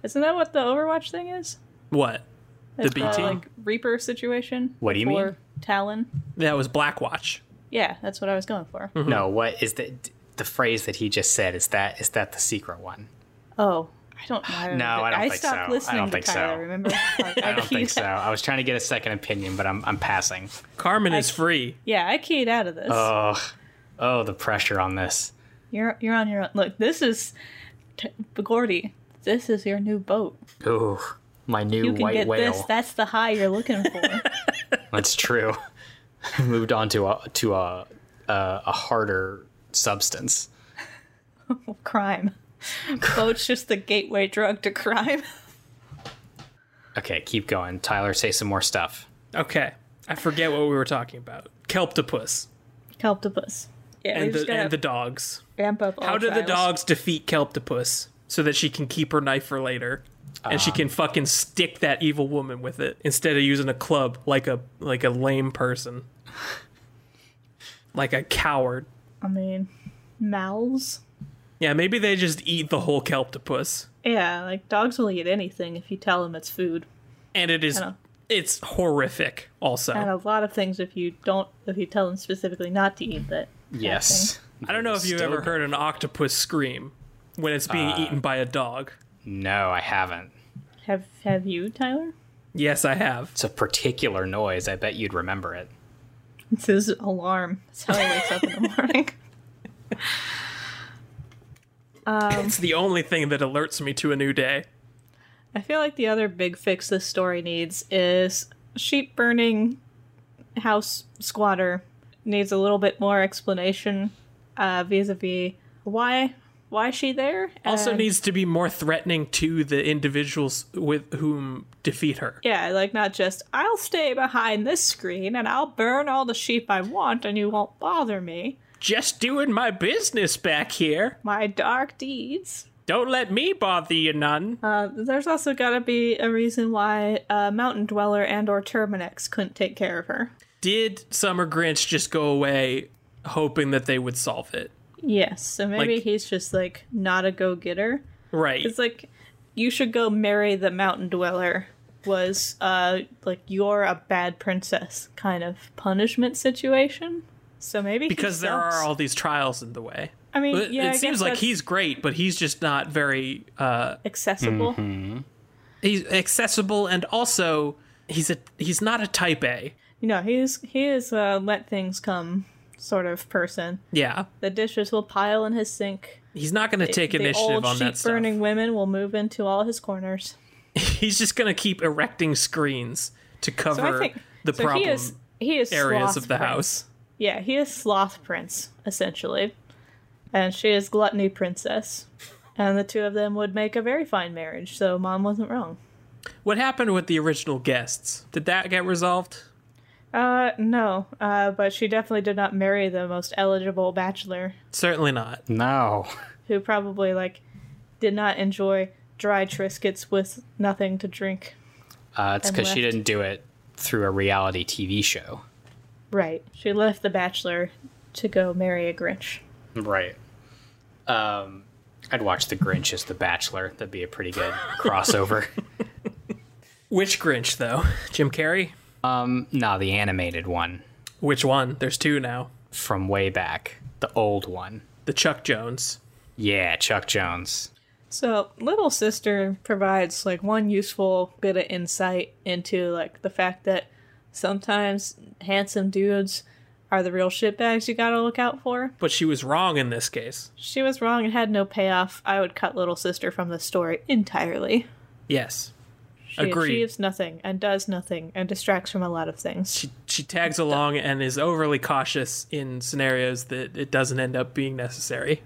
Speaker 1: Isn't that what the Overwatch thing is?
Speaker 2: What? The
Speaker 1: It's
Speaker 2: B
Speaker 1: the,
Speaker 2: team?
Speaker 1: like Reaper situation.
Speaker 3: What do you
Speaker 1: before
Speaker 3: mean?
Speaker 1: Talon.
Speaker 2: That was Blackwatch.
Speaker 1: Yeah, that's what I was going for.
Speaker 2: Mm-hmm.
Speaker 3: No, what is the the phrase that he just said? Is that is that the secret one?
Speaker 1: Oh, I don't. I don't
Speaker 3: No,
Speaker 1: thi-
Speaker 3: I don't think so.
Speaker 1: stopped
Speaker 3: I
Speaker 1: listening
Speaker 3: don't
Speaker 1: to
Speaker 3: think so.
Speaker 1: Tyler. Remember? Like,
Speaker 3: I don't think so. I was trying to get a second opinion, but I'm I'm passing.
Speaker 2: Carmen is free.
Speaker 1: Yeah, I keyed out of this.
Speaker 3: Oh, oh, the pressure on this.
Speaker 1: you're you're on your own. Look, this is t- Gordy. This is your new boat.
Speaker 3: Ooh, my new
Speaker 1: You can
Speaker 3: white
Speaker 1: get
Speaker 3: whale.
Speaker 1: this. That's the high you're looking for.
Speaker 3: That's true. Moved on to a to a uh, a, a harder substance.
Speaker 1: crime. Boat's just the gateway drug to crime.
Speaker 3: Okay, keep going. Tyler, say some more stuff.
Speaker 2: Okay. I forget what we were talking about. Kelptopus.
Speaker 1: Kelptopus. Yeah, we
Speaker 2: And the
Speaker 1: just gotta
Speaker 2: and the dogs.
Speaker 1: ramp up. All
Speaker 2: How do the
Speaker 1: trials.
Speaker 2: dogs defeat Kelptopus so that she can keep her knife for later? And she can fucking stick that evil woman with it instead of using a club like a like a lame person. like a coward.
Speaker 1: I mean, mouths.
Speaker 2: Yeah, maybe they just eat the whole Kelptopus.
Speaker 1: Yeah, like dogs will eat anything if you tell them it's food,
Speaker 2: And it is
Speaker 1: I know.
Speaker 2: it's horrific also.
Speaker 1: and a lot of things if you don't if you tell them specifically not to eat that.
Speaker 3: Yes.
Speaker 2: I don't know if you've
Speaker 3: Still-
Speaker 2: ever heard an octopus scream when it's being eaten by a dog.
Speaker 3: No, I haven't.
Speaker 1: Have Have you, Tyler?
Speaker 2: Yes, I have.
Speaker 3: It's a particular noise. I bet you'd remember it.
Speaker 1: It's his alarm. That's how he wakes up in the morning.
Speaker 2: It's the only thing that alerts me to a new day.
Speaker 1: I feel like the other big fix this story needs is sheep burning house squatter needs a little bit more explanation uh, vis-a-vis why why she there.
Speaker 2: also
Speaker 1: and-
Speaker 2: needs to be more threatening to the individuals with whom defeat her.
Speaker 1: Yeah, like not just I'll stay behind this screen and I'll burn all the sheep I want and you won't bother me.
Speaker 2: Just doing my business back here.
Speaker 1: My dark deeds.
Speaker 2: Don't let me bother you none.
Speaker 1: Uh, there's also got to be a reason why uh, Mountain Dweller and or Terminex couldn't take care of her.
Speaker 2: Did Summer Grinch just go away hoping that they would solve it?
Speaker 1: Yes, so maybe
Speaker 2: Like-
Speaker 1: he's just like not a go-getter.
Speaker 2: Right.
Speaker 1: It's like you should go marry the Mountain Dweller was uh like you're a bad princess kind of punishment situation. So maybe he
Speaker 2: because there
Speaker 1: sucks.
Speaker 2: are all these trials in the way.
Speaker 1: I mean,
Speaker 2: It,
Speaker 1: yeah, I
Speaker 2: it seems
Speaker 1: guess
Speaker 2: like
Speaker 1: that's
Speaker 2: he's great, but he's just not very uh
Speaker 1: accessible.
Speaker 2: he's accessible and also he's a he's not a type A.
Speaker 1: You know, he's he is a let things come sort of person.
Speaker 2: Yeah.
Speaker 1: The dishes will pile in his sink.
Speaker 2: He's not going to take
Speaker 1: the
Speaker 2: initiative
Speaker 1: old
Speaker 2: on that stuff.
Speaker 1: burning women will move into all his corners.
Speaker 2: He's just going to keep erecting screens to
Speaker 1: So
Speaker 2: cover
Speaker 1: I think
Speaker 2: the
Speaker 1: so
Speaker 2: problem
Speaker 1: He is, he is
Speaker 2: areas
Speaker 1: sloth
Speaker 2: of the
Speaker 1: prince.
Speaker 2: house.
Speaker 1: Yeah, he is sloth prince essentially, and she is gluttony princess, and the two of them would make a very fine marriage. So mom wasn't wrong.
Speaker 2: What happened with the original guests? Did that get resolved?
Speaker 1: Uh, no. Uh, but she definitely did not marry the most eligible bachelor
Speaker 2: Certainly not.
Speaker 3: No.
Speaker 1: who probably like did not enjoy dry triscuits with nothing to drink.
Speaker 3: Uh, it's
Speaker 1: And
Speaker 3: because she
Speaker 1: left.
Speaker 3: didn't do it through a reality TV show.
Speaker 1: Right. She left the bachelor to go marry a Grinch.
Speaker 3: Right. Um, I'd watch The Grinch as The Bachelor. That'd be a pretty good crossover.
Speaker 2: Which Grinch though? Jim Carrey?
Speaker 3: um, nah, the animated one
Speaker 2: Which one? There's two now.
Speaker 3: from way back, the old one.
Speaker 2: The Chuck Jones.
Speaker 3: Yeah, Chuck Jones.
Speaker 1: So, little sister provides like one useful bit of insight into like the fact that sometimes handsome dudes are the real shitbags you gotta look out for.
Speaker 2: But she was wrong in this case.
Speaker 1: She was wrong and had no payoff. I would cut little sister from the story entirely.
Speaker 2: Yes.
Speaker 1: She
Speaker 2: Agreed.
Speaker 1: achieves nothing and does nothing and distracts from a lot of things.
Speaker 2: She she tags along and is overly cautious in scenarios that it doesn't end up being necessary.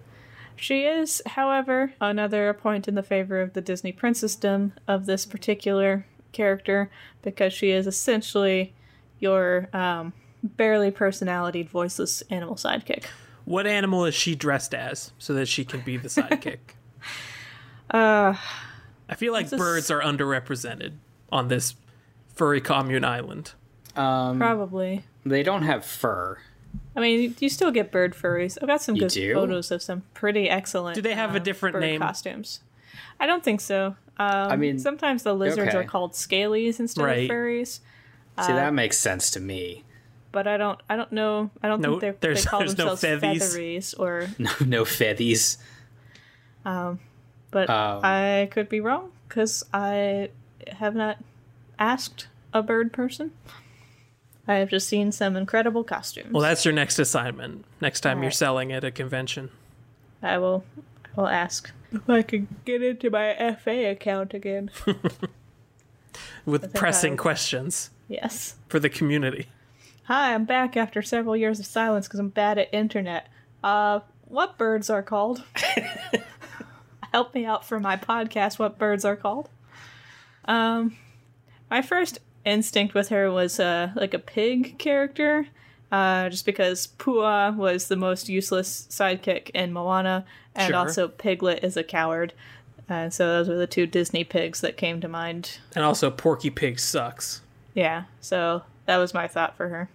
Speaker 1: She is, however, another point in the favor of the Disney princessdom of this particular character because she is essentially your um, barely personalitied, voiceless animal sidekick.
Speaker 2: What animal is she dressed as so that she can be the sidekick?
Speaker 1: Uh,
Speaker 2: I feel like
Speaker 1: a s-
Speaker 2: birds are underrepresented on this furry commune island.
Speaker 3: Um,
Speaker 1: probably.
Speaker 3: they don't have fur.
Speaker 1: I mean, you still get bird furries. I've got some good
Speaker 3: do?
Speaker 1: photos of some pretty excellent. um,
Speaker 2: Do they have a different
Speaker 1: bird
Speaker 2: name?
Speaker 1: Costumes. I don't think so. Um, I
Speaker 3: mean,
Speaker 1: mean, sometimes the lizards
Speaker 3: okay.
Speaker 1: are called scalies instead
Speaker 2: Right.
Speaker 1: of furries,
Speaker 3: See, that makes sense to me.
Speaker 1: but I don't. I don't know. I don't
Speaker 2: No,
Speaker 1: think they're,
Speaker 2: there's-
Speaker 1: they call
Speaker 2: there's no
Speaker 1: themselves
Speaker 2: feathers.
Speaker 1: featheries or
Speaker 3: No, no feathies.
Speaker 1: but
Speaker 3: Um,
Speaker 1: I could be wrong because I have not asked a bird person. I have just seen some incredible costumes.
Speaker 2: Well, that's your next assignment. Next time you're selling at a convention.
Speaker 1: I will. I will ask if I can get into my FA account again.
Speaker 2: with pressing
Speaker 1: guys.
Speaker 2: questions
Speaker 1: yes.
Speaker 2: for the community.
Speaker 1: Hi, I'm back after several years of silence because I'm bad at internet. Uh, what birds are called? Help me out for my podcast. What birds are called? Um, my first instinct with her was uh, like a pig character, uh, just because Pua was the most useless sidekick in Moana, and
Speaker 2: Sure.
Speaker 1: also Piglet is a coward. And so those were the two Disney pigs that came to mind
Speaker 2: And also, Porky Pig sucks.
Speaker 1: yeah, so that was my thought for her,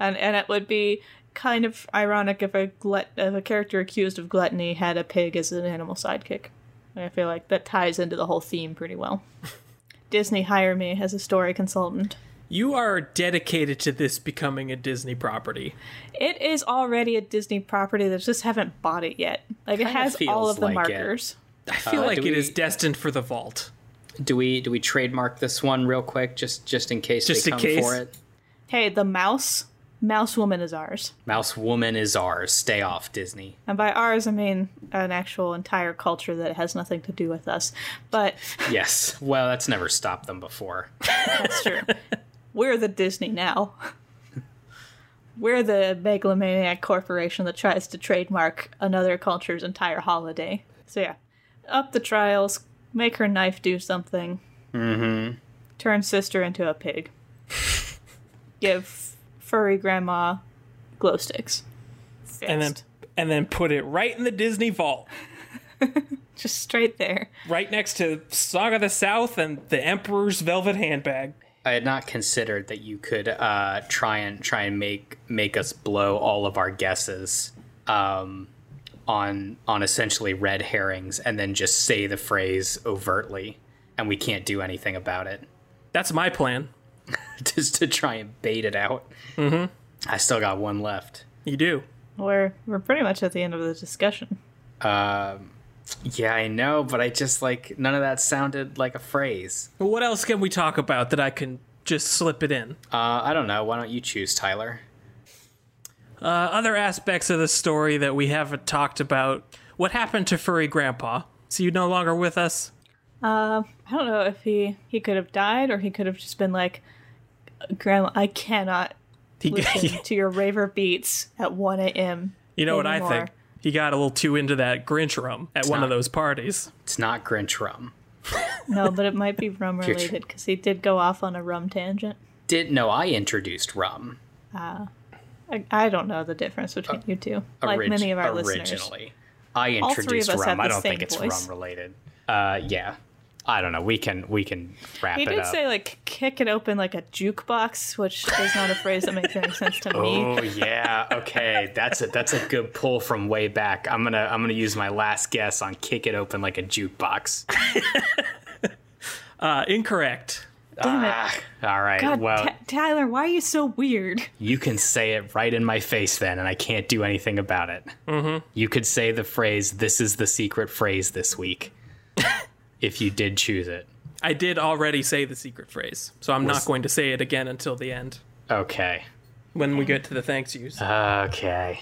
Speaker 1: and and it would be kind of ironic if a glut if a character accused of gluttony had a pig as an animal sidekick. I feel like that ties into the whole theme pretty well. Disney hire me as a story consultant.
Speaker 2: You are dedicated to this becoming a Disney property.
Speaker 1: It is already a Disney property that just haven't bought it yet. Like it
Speaker 3: Kinda
Speaker 1: has all
Speaker 3: feels
Speaker 1: of the
Speaker 3: like it.
Speaker 1: markers.
Speaker 2: I feel
Speaker 3: Uh,
Speaker 2: like
Speaker 3: do
Speaker 2: it
Speaker 3: we-
Speaker 2: is destined for the vault.
Speaker 3: Do we do we trademark this one real quick, just just in case
Speaker 2: Just
Speaker 3: they
Speaker 2: in
Speaker 3: come
Speaker 2: case.
Speaker 3: for it?
Speaker 1: Hey, the mouse, mouse woman is ours,
Speaker 3: Mouse Woman is ours. Stay off Disney.
Speaker 1: and by ours I mean an actual entire culture that has nothing to do with us, but.
Speaker 3: Yes. Well, that's never stopped them before.
Speaker 1: That's true. We're the Disney now. We're the megalomaniac corporation that tries to trademark another culture's entire holiday. So yeah, up the trials, make her knife do something. Mm-hmm. Turn sister into a pig. Give furry grandma glow sticks.
Speaker 2: And then, and then put it right in the Disney vault.
Speaker 1: Just straight there.
Speaker 2: right next to Saga of the South and the Emperor's Velvet Handbag.
Speaker 3: I had not considered that you could uh, try and try and make make us blow all of our guesses um, on on essentially red herrings, and then just say the phrase overtly, and we can't do anything about it,
Speaker 2: That's my plan.
Speaker 3: just to try and bait it out. Mm-hmm. I still got one left.
Speaker 2: You do.
Speaker 1: We're we're pretty much at the end of the discussion.
Speaker 3: Um, yeah, I know, but I just like none of that sounded like a phrase.
Speaker 2: Well, What else can we talk about that I can just slip it in?
Speaker 3: Uh, I don't know. Why don't you choose, Tyler?
Speaker 2: Uh, other aspects of the story that we haven't talked about. What happened to Furry Grandpa? So you no longer with us?
Speaker 1: I don't know if he he could have died or he could have just been like, Grandma, I cannot
Speaker 2: He,
Speaker 1: listen to your raver beats at one a.m.
Speaker 2: you know what I
Speaker 1: anymore.
Speaker 2: think? He got a little too into that Grinch rum at one
Speaker 3: not-
Speaker 2: of those parties.
Speaker 3: It's not Grinch rum.
Speaker 1: No, but it might be rum related because he did go off on a rum tangent.
Speaker 3: Did no, I introduced rum.
Speaker 1: I, I don't know the difference between you two, like
Speaker 3: orig-
Speaker 1: many of our
Speaker 3: originally.
Speaker 1: listeners.
Speaker 3: I
Speaker 1: All three of
Speaker 3: introduced
Speaker 1: us have
Speaker 3: rum. I
Speaker 1: the
Speaker 3: don't think
Speaker 1: same
Speaker 3: it's
Speaker 1: voice.
Speaker 3: rum related. Uh, yeah, I don't know. We can we can wrap
Speaker 1: He
Speaker 3: it
Speaker 1: did
Speaker 3: up.
Speaker 1: say like kick it open like a jukebox, which is not a phrase that makes any sense to me.
Speaker 3: oh yeah, okay. That's a that's a good pull from way back. I'm gonna I'm gonna use my last guess on kick it open like a jukebox.
Speaker 2: Uh, incorrect.
Speaker 1: Damn it.
Speaker 3: All right.
Speaker 1: God,
Speaker 3: well,
Speaker 1: Ty- Tyler, why are you so weird?
Speaker 3: you can say it right in my face then, and I can't do anything about it. Mm-hmm. You could say the phrase "This is the secret phrase this week," if you did choose it.
Speaker 2: I did already say the secret phrase, so I'm not going to say it again until the end
Speaker 3: Okay.
Speaker 2: when we get to the thanks use.
Speaker 3: Okay.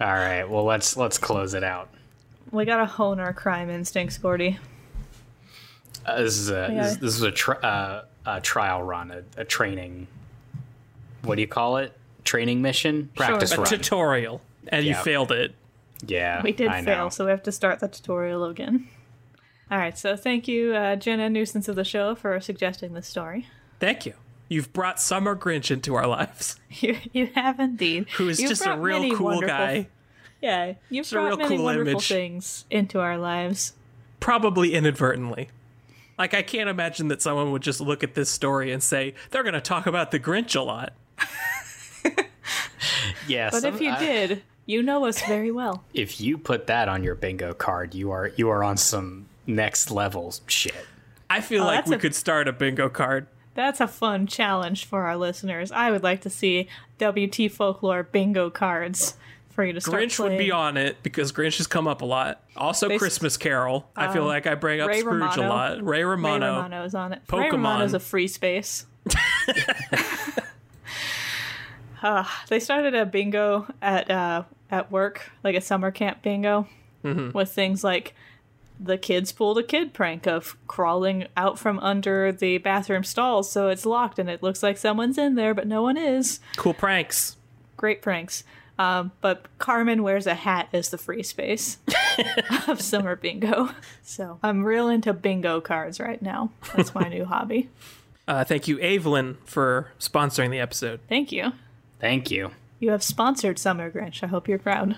Speaker 3: All right. Well, let's let's close it out.
Speaker 1: We gotta hone our crime instincts, Gordy.
Speaker 3: Uh, this is a
Speaker 1: Yeah.
Speaker 3: this, this is a, tr uh, a trial run, a, a training. What do you call it? Training mission, practice
Speaker 2: a
Speaker 3: run.
Speaker 2: tutorial, and
Speaker 3: Yeah.
Speaker 2: you failed it.
Speaker 3: yeah,
Speaker 1: We did
Speaker 3: I
Speaker 1: fail,
Speaker 3: know.
Speaker 1: so we have to start the tutorial again. All right, so thank you, uh, Jenna Nuisance of the Show, for suggesting this story.
Speaker 2: Thank you. You've brought Summer Grinch into our lives,
Speaker 1: You, you have indeed.
Speaker 2: who is
Speaker 1: You
Speaker 2: just a
Speaker 1: brought
Speaker 2: real
Speaker 1: many
Speaker 2: cool
Speaker 1: wonderful-
Speaker 2: guy,
Speaker 1: Yeah, you've
Speaker 2: a
Speaker 1: brought
Speaker 2: real
Speaker 1: many
Speaker 2: cool
Speaker 1: wonderful
Speaker 2: image.
Speaker 1: things into our lives.
Speaker 2: probably inadvertently. Like, I can't imagine that someone would just look at this story and say, they're going to talk about the Grinch a lot.
Speaker 3: Yeah, uh,
Speaker 1: But if you did, you know us very well.
Speaker 3: if you put that on your bingo card, you are you are on some next level shit.
Speaker 2: I feel like
Speaker 1: Oh, that's
Speaker 2: we
Speaker 1: a-
Speaker 2: could start a bingo card.
Speaker 1: That's a fun challenge for our listeners. I would like to see WT folklore bingo cards for you to start
Speaker 2: Grinch would be
Speaker 1: playing.
Speaker 2: on it because Grinch has come up a lot. Also,
Speaker 1: They s-
Speaker 2: Christmas Carol. I feel like I bring up
Speaker 1: Uh, Ray
Speaker 2: Scrooge a
Speaker 1: Romano.
Speaker 2: lot. Ray
Speaker 1: Ray
Speaker 2: Romano.
Speaker 1: Romano is on it. Ray
Speaker 2: Pokemon.
Speaker 1: Romano's a free space. Ah, they started a bingo at uh, at work, like a summer camp bingo, with things like the kids pulled a kid prank of crawling out from under the bathroom stall so it's locked and it looks like someone's in there but no one is.
Speaker 2: Cool pranks.
Speaker 1: great pranks. Um, but Carmen wears a hat as the free space of summer bingo. So I'm real into bingo cards right now. That's my new hobby.
Speaker 2: Uh, thank you, Evelyn, for sponsoring the episode.
Speaker 1: Thank you.
Speaker 3: Thank you.
Speaker 1: You have sponsored Summer Grinch. I hope you're proud.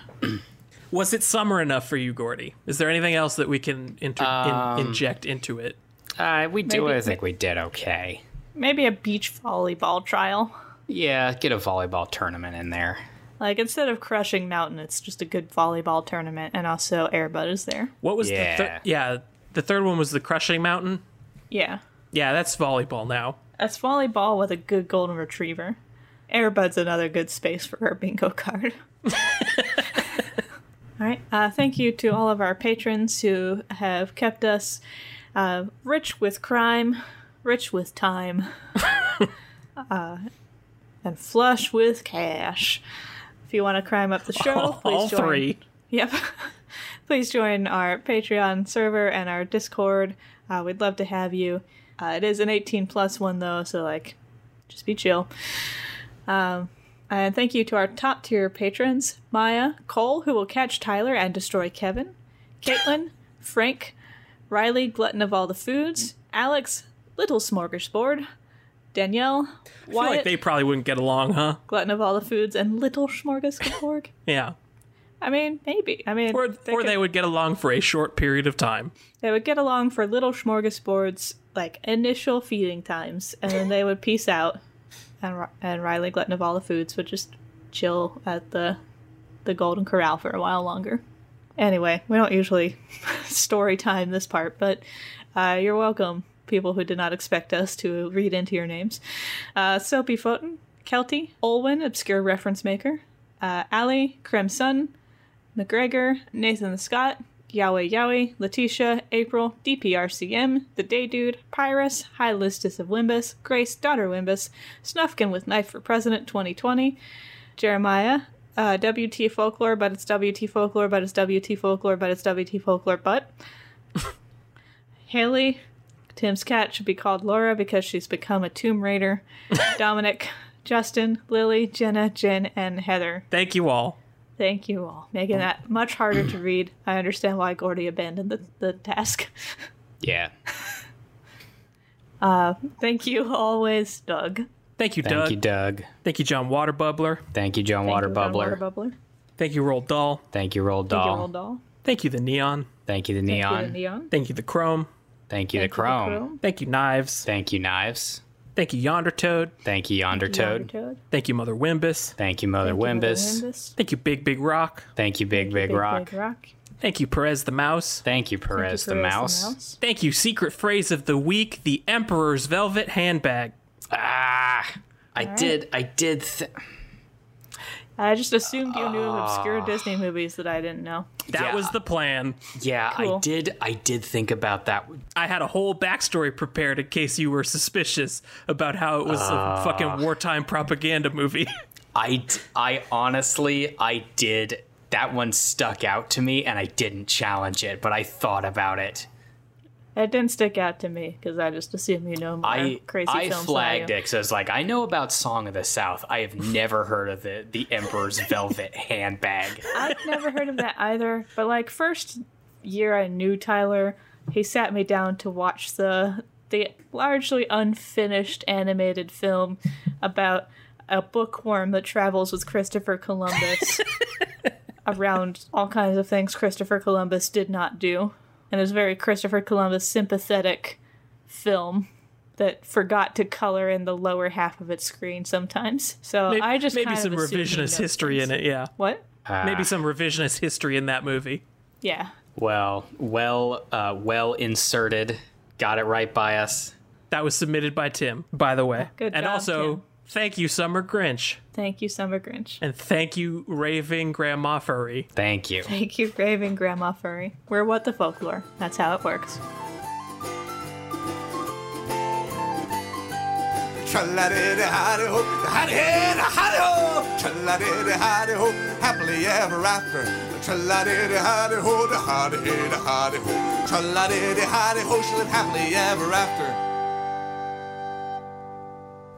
Speaker 2: Was it summer enough for you, Gordy? Is there anything else that we can inter- in- inject into it?
Speaker 3: Uh, we do.
Speaker 1: Maybe-
Speaker 3: I think we did okay.
Speaker 1: Maybe a beach volleyball trial.
Speaker 3: Yeah, get a volleyball tournament in there.
Speaker 1: Like instead of crushing mountain, it's just a good volleyball tournament, and also Airbud is there.
Speaker 2: What was
Speaker 3: Yeah.
Speaker 2: the third? Yeah, the third one was the Crushing Mountain.
Speaker 1: Yeah,
Speaker 2: Yeah, that's volleyball now.
Speaker 1: that's volleyball with a good golden retriever. Airbud's another good space for her bingo card. all right. Uh, thank you to all of our patrons who have kept us uh, rich with crime, rich with time, uh, and flush with cash. If you want to crime up the show, please
Speaker 2: All
Speaker 1: join.
Speaker 2: three.
Speaker 1: Yep. Please join our Patreon server and our Discord. Uh, we'd love to have you. Uh, it is an 18 plus one though, so like, just be chill. Um, and thank you to our top tier patrons: Maya, Cole, who will catch Tyler and destroy Kevin, Caitlin, Frank, Riley, glutton of all the foods, Alex, little smorgasbord, Danielle,
Speaker 2: I feel
Speaker 1: Wyatt,
Speaker 2: like they probably wouldn't get along, huh?
Speaker 1: glutton of all the foods, and little smorgasbord.
Speaker 2: Yeah.
Speaker 1: I mean, maybe. I mean,
Speaker 2: Or,
Speaker 1: they
Speaker 2: or
Speaker 1: could-
Speaker 2: they would get along for a short period of time.
Speaker 1: they would get along for little smorgasbords, like initial feeding times, and then they would peace out. And Ri- and Riley Glutton of all the foods would just chill at the the Golden Corral for a while longer. Anyway, we don't usually story time this part, but uh, you're welcome, people who did not expect us to read into your names. Uh, Soapy Foten, Kelty, Olwen, obscure reference maker, uh, Ali, Creme Sun, McGregor, Nathan the Scott, Yahweh Yahweh, Letitia, April, DPRCM, The Day Dude, Pyrus, High Listus of Wimbus, Grace, Daughter Wimbus, Snufkin with Knife for President 2020, Jeremiah, uh, WT Folklore, but it's WT Folklore, but it's WT Folklore, but it's WT Folklore, but. Haley, Tim's cat should be called Laura because she's become a Tomb Raider. Dominic, Justin, Lily, Jenna, Jen, and Heather.
Speaker 2: Thank you all.
Speaker 1: Thank you all. Making that much harder to read. I understand why Gordy abandoned the, the task.
Speaker 4: Yeah.
Speaker 1: Thank you always, Doug.
Speaker 2: Thank you,
Speaker 3: Thank
Speaker 2: Doug.
Speaker 3: you, Doug.
Speaker 2: Thank you, John Waterbubbler.
Speaker 3: Thank you, John Water
Speaker 1: Thank you, Ron
Speaker 3: Bubbler.
Speaker 1: Water Bubbler.
Speaker 2: Thank you, Roll Doll.
Speaker 3: Thank you, Roll
Speaker 1: Thank you,
Speaker 3: Doll.
Speaker 1: Old Doll.
Speaker 2: Thank you, the Neon.
Speaker 3: Thank you, the
Speaker 1: Thank you,
Speaker 3: Neon.
Speaker 1: Neon.
Speaker 2: Thank you, the Chrome.
Speaker 3: Thank you, the
Speaker 1: Thank you,
Speaker 3: Chrome.
Speaker 2: Thank you, Knives.
Speaker 3: Thank you, Knives.
Speaker 2: Thank you, Yonder Toad.
Speaker 3: Thank you, Yonder
Speaker 1: Yonder
Speaker 3: Toad.
Speaker 1: Toad.
Speaker 2: Thank you, Mother Wimbus.
Speaker 3: Thank you, Mother
Speaker 1: Thank you, Mother
Speaker 3: Wimbus.
Speaker 1: Wimbus.
Speaker 2: Thank you, Big Big Rock.
Speaker 3: Thank you, Big Big Rock.
Speaker 1: Big Rock.
Speaker 2: Thank you, Perez the Mouse.
Speaker 3: Thank you,
Speaker 1: Thank you,
Speaker 3: Perez the
Speaker 1: Perez
Speaker 3: Mouse.
Speaker 2: Thank you, Secret Phrase of the Week, the Emperor's Velvet Handbag.
Speaker 3: Ah, I did. I did. Th-
Speaker 1: I just assumed you knew of
Speaker 3: Ah.
Speaker 1: obscure Disney movies that I didn't know.
Speaker 2: That
Speaker 3: Yeah.
Speaker 2: was the plan.
Speaker 3: yeah,
Speaker 1: Cool.
Speaker 3: I did. I did think about that.
Speaker 2: I had a whole backstory prepared in case you were suspicious about how it was a fucking wartime propaganda movie.
Speaker 3: I. d- I honestly. I did. That one stuck out to me, and I didn't challenge it, but I thought about it.
Speaker 1: It didn't stick out to me because I just assumed you know more
Speaker 3: I
Speaker 1: crazy
Speaker 3: I
Speaker 1: films.
Speaker 3: flagged
Speaker 1: than I
Speaker 3: it because I was like, I know about Song of the South. I have never heard of the the Emperor's Velvet Handbag.
Speaker 1: I've never heard of that either. But like first year I knew Tyler, he sat me down to watch the the largely unfinished animated film about a bookworm that travels with Christopher Columbus around all kinds of things Christopher Columbus did not do. And it's a very Christopher Columbus sympathetic film that forgot to color in the lower half of its screen sometimes. So
Speaker 2: Maybe,
Speaker 1: I just
Speaker 2: maybe
Speaker 1: kind of
Speaker 2: some
Speaker 1: assumed he Ah.
Speaker 2: revisionist
Speaker 1: knows
Speaker 2: history
Speaker 1: things.
Speaker 2: in it, yeah.
Speaker 1: What?
Speaker 2: Maybe some revisionist history in that movie.
Speaker 1: Yeah.
Speaker 3: Well, well, uh, well inserted. Got it right by us.
Speaker 2: That was submitted by Tim, by the way.
Speaker 1: Good
Speaker 2: and
Speaker 1: job,
Speaker 2: also,
Speaker 1: Tim.
Speaker 2: thank you, Summer Grinch.
Speaker 1: Thank you, Summer Grinch.
Speaker 2: And thank you, Raving Grandma Furry.
Speaker 3: Thank you.
Speaker 1: Thank you, Raven Grandma Furry. We're what the folklore. That's how it works.
Speaker 5: Tra-la-di-di-hi-di-ho, hi-di-hi-di-hi-di-ho. Tra-la-di-di-hi-di-ho, happily ever after. Tra-la-di-di-hi-di-ho, da-hi-di-hi-di-ho. Tra-la-di-di-hi-di-ho, she lived happily ever after.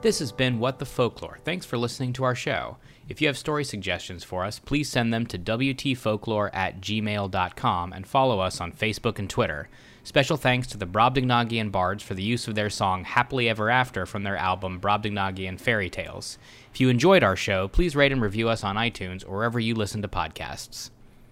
Speaker 4: This has been What the Folklore. Thanks for listening to our show. If you have story suggestions for us, please send them to WTFolklore at gmail.com and follow us on Facebook and Twitter. Special thanks to the Brobdingnagian Bards for the use of their song Happily Ever After from their album Brobdingnagian Fairy Tales. If you enjoyed our show, please rate and review us on iTunes or wherever you listen to podcasts.